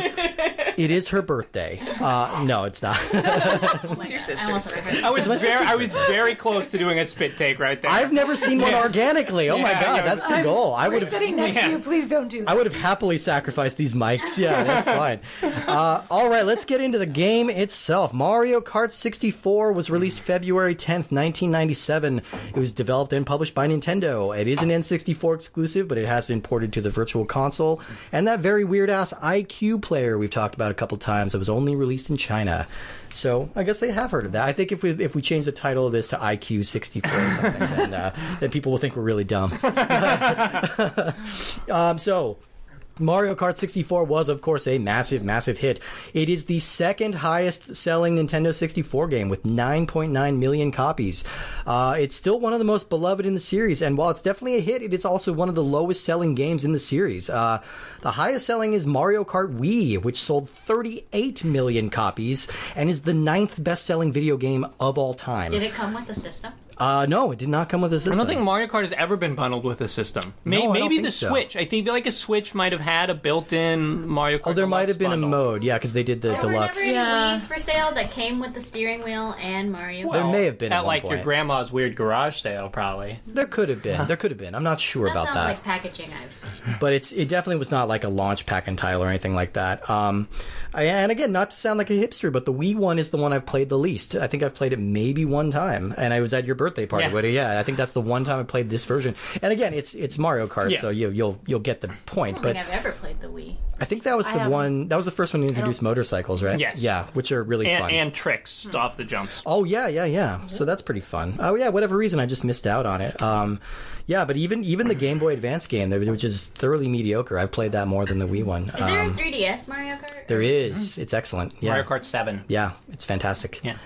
Speaker 1: it is her birthday. Uh, no, it's not.
Speaker 5: It's your
Speaker 4: I almost
Speaker 5: sister.
Speaker 4: said it.
Speaker 3: I was very, I was very close to doing a spit take right there.
Speaker 1: I've never seen one organically. Oh my
Speaker 3: Yeah,
Speaker 1: god,
Speaker 3: yeah.
Speaker 1: that's the goal. I would
Speaker 2: We're
Speaker 1: have
Speaker 2: sitting next
Speaker 3: Yeah.
Speaker 2: to you. Please don't do that.
Speaker 1: I would have happily sacrificed these mics. Yeah, that's fine. Uh, all right, let's get into the game itself. Mario Kart 64 was released February 10th, 1997. It was developed and published by Nintendo. It is an N64 exclusive, but it has been ported to the Virtual Console. And that very weird ass IQ player we've talked about a couple times that was only released in China. So I guess they have heard of that. I think if we if we change the title of this to IQ 64 or something, then, uh, then people will think we're really dumb. Um, so. Mario Kart 64 was, of course, a massive, massive hit. It is the second highest selling Nintendo 64 game with 9.9 million copies. Uh, it's still one of the most beloved in the series, and while it's definitely a hit, it is also one of the lowest selling games in the series. Uh, the highest selling is Mario Kart Wii, which sold 38 million copies and is the ninth best selling video game of all time.
Speaker 4: Did it come with the system?
Speaker 1: Uh, no, it did not come with a system.
Speaker 3: I don't think Mario Kart has ever been bundled with a system.
Speaker 1: No, I
Speaker 3: May-
Speaker 1: don't
Speaker 3: maybe
Speaker 1: think
Speaker 3: the
Speaker 1: so.
Speaker 3: Switch. I think like a Switch might have had a built-in Mario Kart.
Speaker 1: Oh, there might have been
Speaker 3: Deluxe
Speaker 1: a
Speaker 3: bundle.
Speaker 1: mode, yeah, because they did the
Speaker 4: There
Speaker 1: deluxe.
Speaker 4: were never
Speaker 2: Yeah.
Speaker 4: any Wii's for sale that came with the steering wheel and Mario.
Speaker 1: There
Speaker 4: Kart.
Speaker 1: may have been
Speaker 3: at
Speaker 1: at one
Speaker 3: like your
Speaker 1: point.
Speaker 3: grandma's weird garage sale, probably.
Speaker 1: There could have been. There could have been. I'm not sure
Speaker 4: that
Speaker 1: about
Speaker 4: sounds
Speaker 1: that.
Speaker 4: like packaging I've seen.
Speaker 1: but it's it definitely was not like a launch pack and title or anything like that. Um, I- and again, not to sound like a hipster, but the Wii one is the one I've played the least. I think I've played it maybe one time, and I was at your birthday party.
Speaker 3: Yeah.
Speaker 1: But yeah, I think that's the one time I played this version. And again, it's it's Mario Kart,
Speaker 3: Yeah.
Speaker 1: so you you'll you'll get the point.
Speaker 4: I don't
Speaker 1: But
Speaker 4: think I've ever played the Wii.
Speaker 1: I think that was
Speaker 2: I
Speaker 1: the
Speaker 2: haven't.
Speaker 1: one that was the first one to introduce motorcycles, right?
Speaker 3: Yes.
Speaker 1: Yeah, which are really
Speaker 3: And,
Speaker 1: fun.
Speaker 3: and tricks
Speaker 4: Hmm.
Speaker 3: off the jumps.
Speaker 1: Oh yeah, yeah, yeah. So that's pretty fun. Oh yeah, whatever reason I just missed out on it. Um, yeah, but even even the Game Boy Advance game, there- which is thoroughly mediocre, I've played that more than the Wii one.
Speaker 4: Is there a
Speaker 1: Um,
Speaker 4: 3DS Mario Kart?
Speaker 1: there is. It's excellent. Yeah.
Speaker 3: Mario Kart Seven.
Speaker 1: Yeah, it's fantastic.
Speaker 3: Yeah.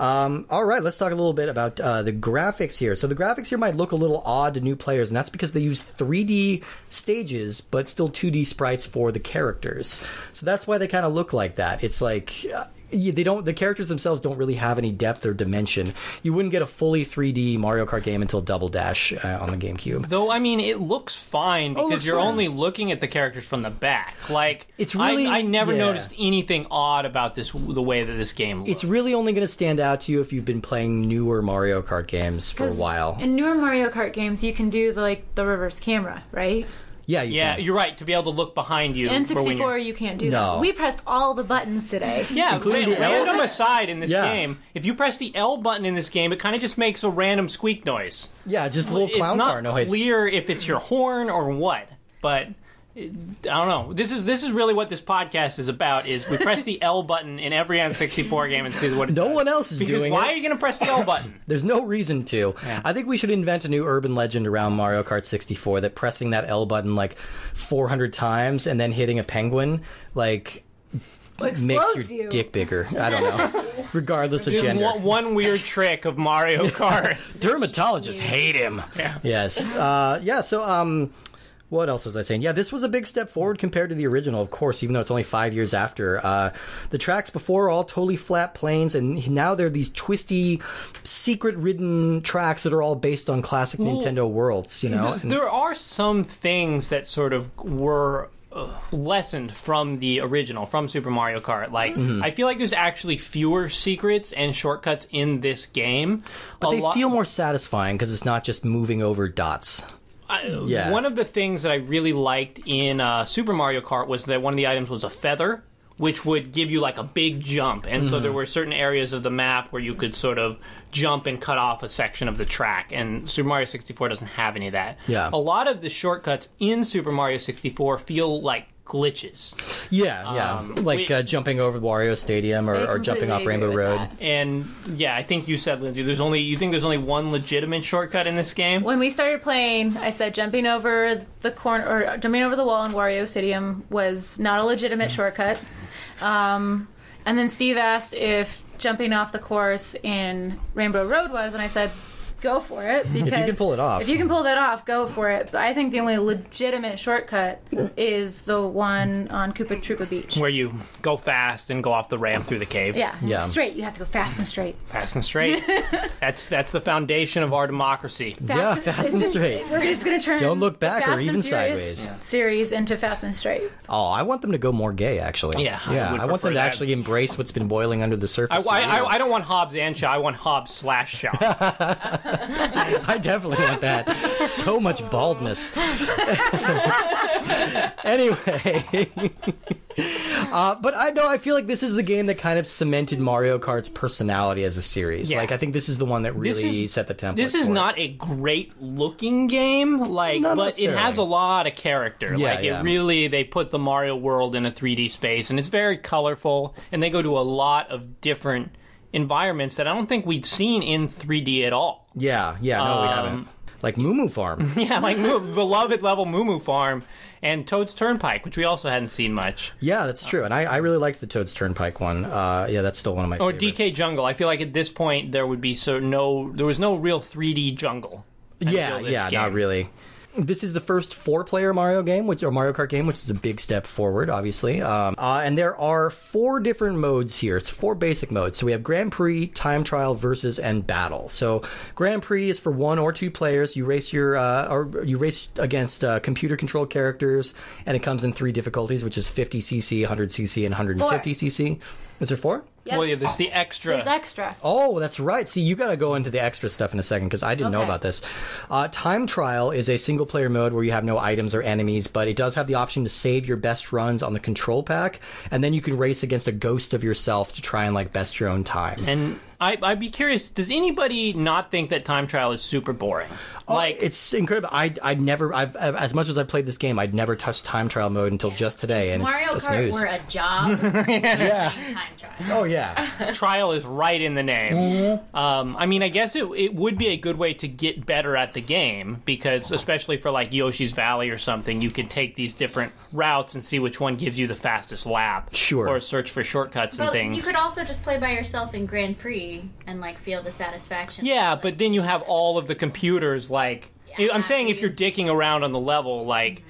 Speaker 1: Um, all right, let's talk a little bit about uh, the graphics here. So the graphics here might look a little odd to new players, and that's because they use 3D stages, but still 2D sprites for the characters. So that's why they kind of look like that. It's like uh, yeah, they don't the characters themselves don't really have any depth or dimension. You wouldn't get a fully 3D Mario Kart game until Double Dash uh, on the GameCube.
Speaker 3: Though I mean, it looks fine because
Speaker 1: Oh, looks
Speaker 3: you're
Speaker 1: fine.
Speaker 3: only looking at the characters from the back. Like
Speaker 1: It's
Speaker 3: I-
Speaker 1: really-
Speaker 3: I, never
Speaker 1: yeah.
Speaker 3: noticed anything odd about this the way that this game. Looks.
Speaker 1: It's really only going to stand out to you if you've been playing newer Mario Kart games for a
Speaker 2: 'Cause
Speaker 1: while.
Speaker 2: In newer Mario Kart games, you can do the, like the reverse camera, right?
Speaker 1: yeah, you
Speaker 3: yeah,
Speaker 1: can.
Speaker 3: you're right to be able to look behind you.
Speaker 2: In
Speaker 3: for when you're-
Speaker 2: 64, you can't do
Speaker 1: No.
Speaker 2: that. We pressed all the
Speaker 1: (laughs)
Speaker 2: buttons today.
Speaker 3: Yeah,
Speaker 1: Including
Speaker 3: ra-
Speaker 1: the L-
Speaker 3: random aside in this
Speaker 1: Yeah.
Speaker 3: game, if you press the L button in this game, it kind of just makes a random squeak noise.
Speaker 1: yeah, just little
Speaker 3: it's
Speaker 1: clown
Speaker 3: not
Speaker 1: car noise.
Speaker 3: clear if it's your horn or what, but it- I don't know. This is this is really what this podcast is about. Is we press the L button in every N64 game and see what it
Speaker 1: No
Speaker 3: does.
Speaker 1: one else is
Speaker 3: because
Speaker 1: doing
Speaker 3: Why
Speaker 1: it.
Speaker 3: are you going to press the L
Speaker 1: (laughs)
Speaker 3: button?
Speaker 1: There's no reason to. I think we should invent a new urban legend around Mario Kart 64 that pressing that L button like 400 times and then hitting a penguin like makes your
Speaker 2: Explodes you.
Speaker 1: dick bigger. I don't
Speaker 2: (laughs)
Speaker 1: know. Regardless of gender.
Speaker 3: One, one weird trick
Speaker 1: (laughs)
Speaker 3: of Mario Kart.
Speaker 1: Dermatologists hate him.
Speaker 3: Yeah.
Speaker 1: Yes. Uh, yeah, so um what else was I saying? Yeah, this was a big step forward compared to the original, of course, even though it's only five years after. Uh, the tracks before are all totally flat planes, and now they're these twisty, secret ridden tracks that are all based on classic Nintendo worlds, you know? And-
Speaker 3: there are some things that sort of were uh, lessened from the original from Super Mario Kart. Like
Speaker 1: Mm-hmm.
Speaker 3: I feel like there's actually fewer secrets and shortcuts in this game. But
Speaker 1: they feel more satisfying because it's not just moving over dots.
Speaker 3: I,
Speaker 1: Yeah.
Speaker 3: One of the things that I really liked in uh, Super Mario Kart was that one of the items was a feather, which would give you like a big jump. And so
Speaker 1: Mm-hmm.
Speaker 3: there were certain areas of the map where you could sort of jump and cut off a section of the track. And Super Mario 64 doesn't have any of that.
Speaker 1: Yeah.
Speaker 3: A lot of the shortcuts in Super Mario 64 feel like glitches.
Speaker 1: Yeah, yeah.
Speaker 3: Um,
Speaker 1: like
Speaker 3: we-
Speaker 1: uh, jumping over Wario Stadium or, or jumping off
Speaker 2: completely
Speaker 1: Rainbow
Speaker 2: agree with
Speaker 1: Road.
Speaker 2: that.
Speaker 3: And yeah, I think you said, Lindsay, there's only you think there's only one legitimate shortcut in this game.
Speaker 2: When we started playing, I said jumping over the corner or jumping over the wall in Wario Stadium was not a legitimate
Speaker 1: Mm.
Speaker 2: shortcut. Um, and then Steve asked if jumping off the course in Rainbow Road was, and I said, "Go for it!" Because
Speaker 1: can pull it off.
Speaker 2: if you can pull that off, go for it. But I think the only legitimate shortcut is the one on Koopa Troopa Beach.
Speaker 3: Where you go fast and go off the ramp through the cave.
Speaker 2: Yeah,
Speaker 1: Yeah.
Speaker 2: straight. You have to go fast and straight.
Speaker 3: Fast and straight. that's that's the foundation of our democracy.
Speaker 1: Yeah, fast and
Speaker 2: it's-
Speaker 1: straight.
Speaker 2: We're just gonna turn.
Speaker 1: Don't look
Speaker 2: the
Speaker 1: back or
Speaker 2: Fast and
Speaker 1: even
Speaker 2: Furious
Speaker 1: sideways.
Speaker 2: Series into Fast and Straight.
Speaker 1: Oh, I want them to go more gay, actually.
Speaker 3: Yeah, I
Speaker 1: yeah. I, want
Speaker 3: would
Speaker 1: them
Speaker 3: prefer
Speaker 1: to
Speaker 3: that.
Speaker 1: actually embrace what's been boiling under the
Speaker 3: I,
Speaker 1: surface.
Speaker 3: I,
Speaker 1: for
Speaker 3: I,
Speaker 1: years.
Speaker 3: I don't want Hobbs and Shaw. I want Hobbs slash Shaw.
Speaker 1: (laughs) I definitely want
Speaker 3: (laughs)
Speaker 1: that. So much baldness. (laughs) anyway. (laughs) Uh, but I know I feel like this is the game that kind of cemented Mario Kart's personality as a series.
Speaker 3: Yeah.
Speaker 1: Like I think this is the one that really
Speaker 3: is-
Speaker 1: set the template.
Speaker 3: this is
Speaker 1: for it.
Speaker 3: not a great looking game, like,
Speaker 1: Not
Speaker 3: but it has
Speaker 1: necessarily.
Speaker 3: a lot of character.
Speaker 1: Yeah,
Speaker 3: like,
Speaker 1: yeah.
Speaker 3: it really they put the Mario world in a 3D space, and it's very colorful. And they go to a lot of different environments that I don't think we'd seen in 3D
Speaker 1: (laughs)
Speaker 3: at all.
Speaker 1: Yeah, yeah, no, we
Speaker 3: Um,
Speaker 1: haven't. Like Moo Moo Farm.
Speaker 3: (laughs) Yeah, like Moo- beloved level Moo Moo Farm and Toad's Turnpike, which we also hadn't seen much.
Speaker 1: yeah, that's true. And I, I really liked the Toad's Turnpike one. Uh, yeah, that's still one of my
Speaker 3: Or
Speaker 1: favorites.
Speaker 3: DK Jungle. I feel like at this point there would be so no there was no real 3D jungle.
Speaker 1: Yeah,
Speaker 3: until this
Speaker 1: yeah,
Speaker 3: game.
Speaker 1: not really. This is the first four-player Mario game, which or Mario Kart game, which is a big step forward, obviously. Um, uh, and there are four different modes here. It's four basic modes. So we have Grand Prix, Time Trial, Versus, and Battle. So Grand Prix is for one or two players. You race your uh, or you race against uh, computer-controlled characters, and it comes in three difficulties, which is 50 cc, 100 cc, and 150 cc. Is there four?
Speaker 2: Yes.
Speaker 3: Well, yeah, there's the extra.
Speaker 2: There's extra.
Speaker 1: Oh, that's right. See, you got to go into the extra stuff in a second because I didn't know
Speaker 2: Okay.
Speaker 1: about this. Uh, time trial is a single player mode where you have no items or enemies, but it does have the option to save your best runs on the control pack, and then you can race against a ghost of yourself to try and like best your own time.
Speaker 3: And I, I'd be curious. Does anybody not think that time trial is super boring? like
Speaker 1: it's incredible. I I never I've, I've as much as I played this game, I'd never touched time trial mode until just today, and
Speaker 4: Mario
Speaker 1: it's a
Speaker 4: Kart
Speaker 1: snooze.
Speaker 4: were a
Speaker 5: (laughs)
Speaker 4: job.
Speaker 1: yeah.
Speaker 4: time trial.
Speaker 1: Oh yeah.
Speaker 3: trial is right in the name. Um, I mean, I guess it it would be a good way to get better at the game because, especially for like Yoshi's Valley or something, you can take these different routes and see which one gives you the fastest lap.
Speaker 1: Sure.
Speaker 3: Or search for shortcuts and
Speaker 4: But
Speaker 3: things.
Speaker 4: you could also just play by yourself in Grand Prix and like feel the satisfaction.
Speaker 3: Yeah, but then you have all of the computers. Like,
Speaker 4: Yeah.
Speaker 3: I'm saying, if you're dicking around on the level, like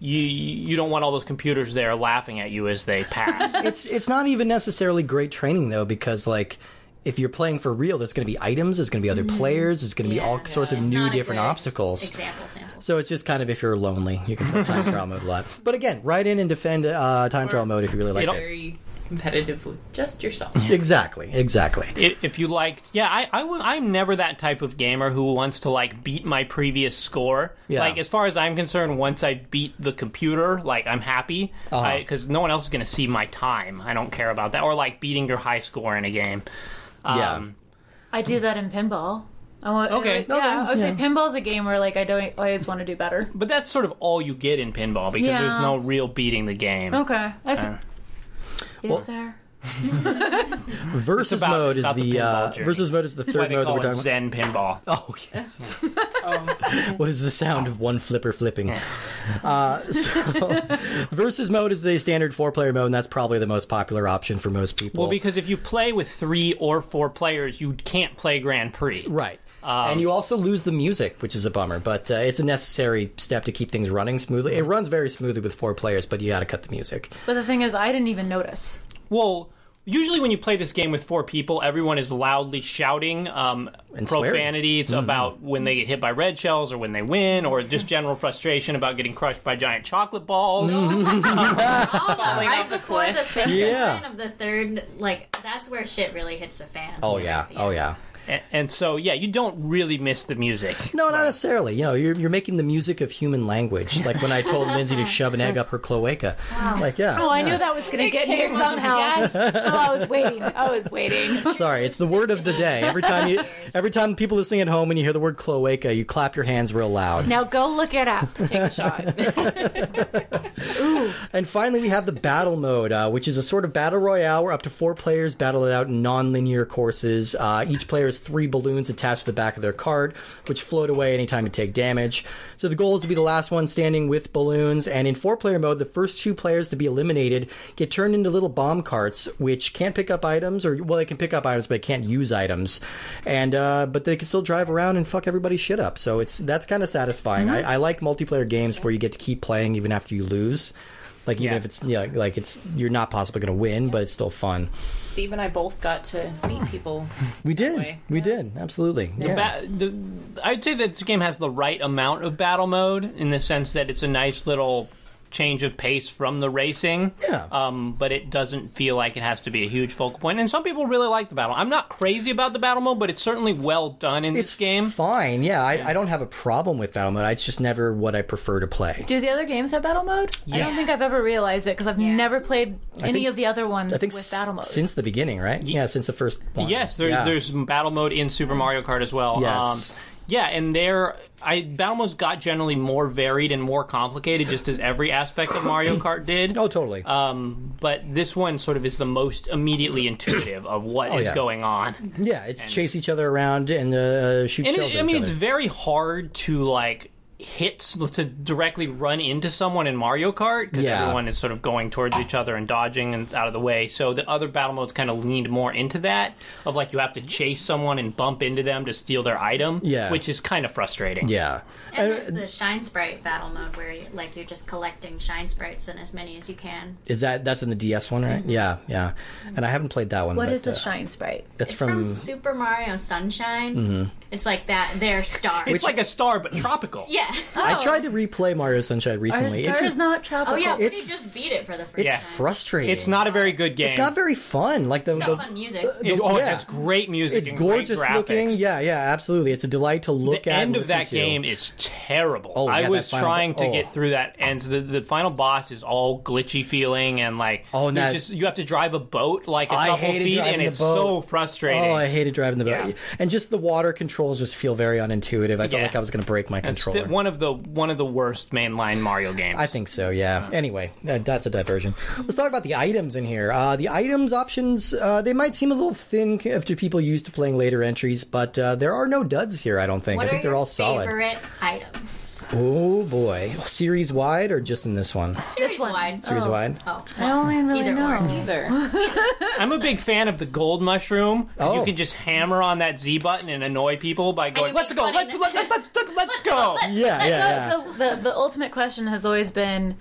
Speaker 3: you you don't want all those computers there laughing at you as they pass.
Speaker 1: it's it's not even necessarily great training though because like if you're playing for real there's going to be items there's going to be
Speaker 3: Mm-hmm.
Speaker 1: other players there's going to be all sorts of
Speaker 4: It's
Speaker 1: new
Speaker 4: not a
Speaker 1: different
Speaker 4: good
Speaker 1: obstacles
Speaker 4: Example sample.
Speaker 1: so it's just kind of if you're lonely you can play time trial mode a lot but again write in and defend uh, time trial mode if you really like it
Speaker 5: very competitive with just yourself.
Speaker 1: (laughs) exactly exactly
Speaker 3: I if you like, yeah, I, I will, I'm never that type of gamer who wants to like beat my previous score.
Speaker 1: Yeah.
Speaker 3: Like as far as I'm concerned, once I beat the computer, like I'm happy
Speaker 1: Uh-huh.
Speaker 3: because no one else is going to see my time. I don't care about that or like beating your high score in a game. Um,
Speaker 1: Yeah.
Speaker 2: I do that in pinball. I want,
Speaker 3: Okay.
Speaker 2: Yeah, I would say pinball's a game where like I don't I always want to do better.
Speaker 3: But that's sort of all you get in pinball because
Speaker 2: Yeah. Oh,
Speaker 3: there's no real beating the game.
Speaker 2: Okay. That's, is
Speaker 1: Well-
Speaker 2: there?
Speaker 1: versus
Speaker 3: about-
Speaker 1: mode is
Speaker 3: about the
Speaker 1: the uh,
Speaker 3: pinball journey.
Speaker 1: versus mode is the
Speaker 3: Why
Speaker 1: third
Speaker 3: they
Speaker 1: mode that
Speaker 3: call
Speaker 1: we're
Speaker 3: it
Speaker 1: talking about
Speaker 3: Zen pinball.
Speaker 1: oh (laughs) yes
Speaker 3: (laughs)
Speaker 1: what is the sound of one flipper flipping (laughs) uh, so, (laughs) versus mode is the standard four player mode and that's probably the most popular option for most people
Speaker 3: Well, because if you play with three or four players, you can't play Grand Prix.
Speaker 1: Right. and you also lose the music, which is a bummer, but uh, it's a necessary step to keep things running smoothly. It runs very smoothly with four players, but you got to cut the music.
Speaker 2: But the thing is, I didn't even notice.
Speaker 3: Well, usually when you play this game with four people, everyone is loudly shouting um,
Speaker 1: And swearing. Mm-hmm.
Speaker 3: profanity. It's about when they get hit by red shells or when they win,
Speaker 1: (laughs)
Speaker 3: or just general frustration about getting crushed by giant chocolate balls.
Speaker 1: Mm-hmm.
Speaker 4: right
Speaker 5: off a
Speaker 4: before the
Speaker 5: cliff.
Speaker 4: fifth
Speaker 1: Yeah.
Speaker 4: line of the third, like that's where shit really hits the fan.
Speaker 1: Oh, yeah. Oh, yeah.
Speaker 3: and, and so, yeah, you don't really miss the music.
Speaker 1: No, not necessarily. You know, you're, you're making the music of human language. Like when I told Lindsay to shove an egg up her cloaca. Like, yeah.
Speaker 2: Oh, I knew that was going to get in here somehow. (laughs) Oh, I was waiting. I was waiting.
Speaker 1: Sorry, it's the word of the day. Every time you, every time people listening at home and you hear the word cloaca, you clap your hands real loud.
Speaker 2: Now go look it up.
Speaker 5: Take a shot.
Speaker 1: And finally, we have the battle mode, uh, which is a sort of battle royale where up to four players battle it out in non-linear courses. Uh, each player has three balloons attached to the back of their card, which float away anytime you take damage. So the goal is to be the last one standing with balloons. And in four-player mode, the first two players to be eliminated get turned into little bomb carts, which can't pick up items, or well, they can pick up items, but they can't use items. And uh, but they can still drive around and fuck everybody's shit up. So it's that's kind of satisfying. I, I like multiplayer games where you get to keep playing even after you lose. Like even
Speaker 3: Yeah.
Speaker 1: if it's yeah, like it's you're not possibly going to win, but it's still fun.
Speaker 5: Steve and I both got to meet people.
Speaker 1: We did,
Speaker 5: way.
Speaker 1: we did, absolutely. Yeah.
Speaker 3: Ba- the, I'd say that this game has the right amount of battle mode in the sense that it's a nice little change of pace from the racing.
Speaker 1: Yeah.
Speaker 3: Um, but it doesn't feel like it has to be a huge focal point. And some people really like the battle. I'm not crazy about the battle mode, but it's certainly well done in
Speaker 1: it's
Speaker 3: this game.
Speaker 1: fine. Yeah, I, I don't have a problem with battle mode. It's just never what I prefer to play.
Speaker 2: Do the other games have battle mode? I don't think I've ever realized it because I've never played any
Speaker 1: think-
Speaker 2: of the other ones
Speaker 1: I think
Speaker 2: with
Speaker 1: s-
Speaker 2: battle mode.
Speaker 1: since the beginning, right? Yeah, since the first one.
Speaker 3: Yes, there,
Speaker 1: Yeah.
Speaker 3: there's some battle mode in Super Mario Kart as well.
Speaker 1: Yes.
Speaker 3: Um, yeah, and there, I battle modes got generally more varied and more complicated, just as every aspect of Mario Kart did.
Speaker 1: Oh, totally.
Speaker 3: Um, but this one sort of is the most
Speaker 1: (clears throat)
Speaker 3: immediately intuitive of what
Speaker 1: Oh,
Speaker 3: is
Speaker 1: yeah.
Speaker 3: going on.
Speaker 1: yeah, it's chase each other around and uh, shoot
Speaker 3: And
Speaker 1: shells
Speaker 3: it,
Speaker 1: at
Speaker 3: I mean,
Speaker 1: each
Speaker 3: it's
Speaker 1: other.
Speaker 3: very hard to like hit to directly run into someone in Mario Kart because
Speaker 1: Yeah.
Speaker 3: everyone is sort of going towards each other and dodging and out of the way. So the other battle modes kind of leaned more into that of like you have to chase someone and bump into them to steal their item,
Speaker 1: Yeah.
Speaker 3: which is kind of frustrating.
Speaker 1: yeah.
Speaker 4: And there's the shine sprite battle mode where you, like you're just collecting shine sprites and as many as you can.
Speaker 1: Is that that's in the DS one,
Speaker 3: Mm-hmm.
Speaker 1: right? Yeah, yeah. And I haven't played that one.
Speaker 2: what
Speaker 1: but,
Speaker 2: is the
Speaker 1: uh,
Speaker 2: shine sprite?
Speaker 1: That's
Speaker 4: It's from, Super Mario Sunshine.
Speaker 1: Mm-hmm.
Speaker 4: It's like that their star.
Speaker 3: It's like a star but tropical.
Speaker 4: yeah. (laughs)
Speaker 1: I tried to replay Mario Sunshine
Speaker 2: Our
Speaker 1: recently. It
Speaker 2: star is
Speaker 1: just
Speaker 2: not tropical.
Speaker 4: Oh yeah, we
Speaker 1: It's-
Speaker 4: could just beat it for the first
Speaker 1: it's
Speaker 4: time.
Speaker 1: frustrating.
Speaker 3: It's not a very good game.
Speaker 1: It's not very fun. Like the,
Speaker 4: It's
Speaker 1: the
Speaker 4: got fun music.
Speaker 3: It- oh, it
Speaker 1: yeah.
Speaker 3: has great music.
Speaker 1: it's
Speaker 3: and great
Speaker 1: gorgeous
Speaker 3: graphics.
Speaker 1: looking. Yeah, yeah, absolutely. It's a delight to look
Speaker 3: the
Speaker 1: at.
Speaker 3: end
Speaker 1: and
Speaker 3: of that
Speaker 1: listen to.
Speaker 3: game is terrible.
Speaker 1: Oh, yeah,
Speaker 3: I
Speaker 1: that
Speaker 3: was
Speaker 1: final bo-
Speaker 3: trying to
Speaker 1: oh.
Speaker 3: get through that, and the the final boss is all glitchy feeling, and like
Speaker 1: Oh, and
Speaker 3: there's
Speaker 1: that-
Speaker 3: just you have to drive a boat like a
Speaker 1: I
Speaker 3: couple
Speaker 1: hated
Speaker 3: feet,
Speaker 1: driving
Speaker 3: and
Speaker 1: the
Speaker 3: it's
Speaker 1: boat.
Speaker 3: so frustrating.
Speaker 1: Oh, I hated driving the boat,
Speaker 3: Yeah.
Speaker 1: and just the water controls just feel very unintuitive. I felt
Speaker 3: Yeah.
Speaker 1: like I was going to break my
Speaker 3: It's
Speaker 1: controller.
Speaker 3: the- one of the one of the worst mainline Mario games.
Speaker 1: I think so, yeah. Anyway, that, that's a diversion. Let's talk about the items in here. Uh, the items options, uh, they might seem a little thin c- to people used to playing later entries, but uh, there are uh, no duds here, I don't think.
Speaker 4: What
Speaker 1: I think
Speaker 4: are
Speaker 1: they're
Speaker 4: your
Speaker 1: all solid.
Speaker 4: favorite items?
Speaker 5: series.
Speaker 1: Oh boy, series wide or just in this one?
Speaker 4: Series
Speaker 2: one.
Speaker 4: wide.
Speaker 1: Series wide.
Speaker 4: Oh,
Speaker 2: I only really
Speaker 4: Either
Speaker 2: know.
Speaker 4: or.
Speaker 5: Either.
Speaker 3: I'm a big fan of the gold mushroom 'cause
Speaker 1: Oh.
Speaker 3: you can just hammer on that Z button and annoy people by going,
Speaker 4: it'd
Speaker 3: "Let's
Speaker 4: be
Speaker 3: go,
Speaker 4: funny
Speaker 3: let's
Speaker 4: then.
Speaker 3: let, let, let, let, let's go."
Speaker 1: Yeah, yeah, yeah.
Speaker 2: So, so the the ultimate question has always been.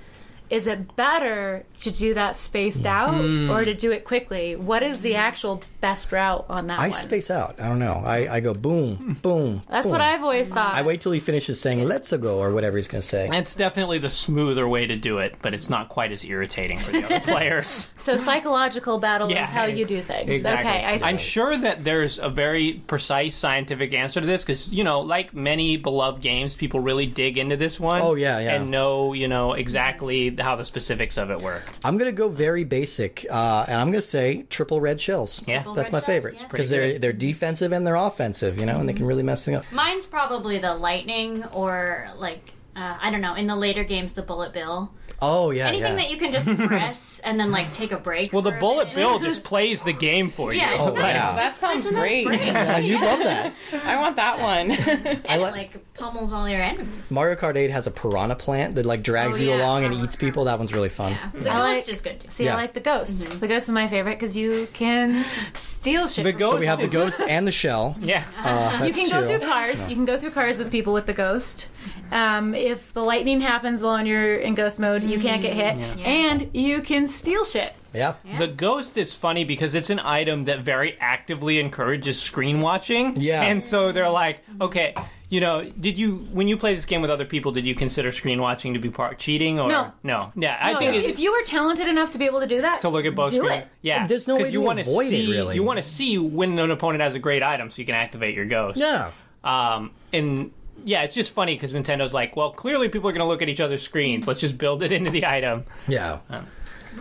Speaker 2: Is it better to do that spaced out
Speaker 1: Mm-hmm.
Speaker 2: or to do it quickly? What is the actual best route on that
Speaker 1: I
Speaker 2: one?
Speaker 1: space out. I don't know. I, I go boom, boom.
Speaker 2: That's
Speaker 1: boom.
Speaker 2: what I've always thought.
Speaker 1: I wait till he finishes saying "Let's go" or whatever he's going to say.
Speaker 3: That's definitely the smoother way to do it, but it's not quite as irritating for the other (laughs) players.
Speaker 2: So psychological battle
Speaker 3: Yeah,
Speaker 2: is how
Speaker 3: hey,
Speaker 2: you do things.
Speaker 3: Exactly.
Speaker 2: Okay, I see.
Speaker 3: I'm sure that there's a very precise scientific answer to this because you know, like many beloved games, people really dig into this one.
Speaker 1: Oh, yeah, yeah.
Speaker 3: and know you know exactly how the specifics of it work.
Speaker 1: I'm going to go very basic, uh, and I'm going to say triple red shells.
Speaker 3: Yeah.
Speaker 4: Triple
Speaker 1: that's
Speaker 4: red
Speaker 1: my
Speaker 4: shells,
Speaker 1: favorite
Speaker 4: yeah.
Speaker 1: because they're they're defensive and they're offensive, you know, and they can really mess things up.
Speaker 4: Mine's probably the lightning or like uh, I don't know. In the later games, the bullet bill.
Speaker 1: Oh yeah,
Speaker 4: Anything
Speaker 1: yeah.
Speaker 4: that you can just press and then like take a break.
Speaker 3: Well, the
Speaker 4: for a
Speaker 3: bullet
Speaker 4: minute.
Speaker 3: bill just plays the game for (laughs)
Speaker 4: Yeah,
Speaker 3: you.
Speaker 4: it's nice.
Speaker 1: wow.
Speaker 5: That sounds
Speaker 4: It's a nice
Speaker 5: great.
Speaker 4: break. and
Speaker 1: yeah, you love that.
Speaker 5: I want that
Speaker 3: (laughs)
Speaker 5: one. (laughs)
Speaker 1: I
Speaker 4: it,
Speaker 1: like-
Speaker 4: like pummels all your enemies.
Speaker 1: Mario Kart 8 has a piranha plant that like drags
Speaker 4: Oh,
Speaker 1: you
Speaker 4: yeah,
Speaker 1: along and
Speaker 4: piranha
Speaker 1: eats
Speaker 4: plant.
Speaker 1: people. That one's really fun.
Speaker 4: Yeah. The ghost
Speaker 2: I like-
Speaker 4: is good too.
Speaker 2: See,
Speaker 1: Yeah.
Speaker 2: I like the ghost. The ghost is my favorite because you can steal shit.
Speaker 3: The
Speaker 2: from-
Speaker 3: ghost.
Speaker 1: So we have the ghost and the shell.
Speaker 3: Yeah.
Speaker 1: Uh,
Speaker 2: You
Speaker 1: that's
Speaker 2: can go
Speaker 1: two.
Speaker 2: through cars. You can go through cars with people with the ghost. Um, if the lightning happens while you're in ghost mode, you can't get hit,
Speaker 3: Mm,
Speaker 2: and you can steal shit.
Speaker 1: Yeah.
Speaker 3: The ghost is funny because it's an item that very actively encourages screen watching.
Speaker 1: Yeah.
Speaker 3: And so they're like, okay, you know, did you when you play this game with other people, did you consider screen watching to be part cheating or
Speaker 2: No.
Speaker 3: Yeah, I
Speaker 2: No,
Speaker 3: think
Speaker 2: if,
Speaker 3: it,
Speaker 2: if you were talented enough to be able to do that,
Speaker 3: to look at both
Speaker 2: do
Speaker 3: screen-
Speaker 2: it.
Speaker 3: Yeah.
Speaker 1: There's no
Speaker 3: 'Cause
Speaker 1: way
Speaker 3: you
Speaker 1: to
Speaker 3: wanna
Speaker 1: avoid it,
Speaker 3: see,
Speaker 1: really.
Speaker 3: You want to see when an opponent has a great item so you can activate your ghost.
Speaker 1: Yeah.
Speaker 3: Um and yeah, it's just funny because Nintendo's like, well, clearly people are going to look at each other's screens. Let's just build it into the item.
Speaker 1: Yeah.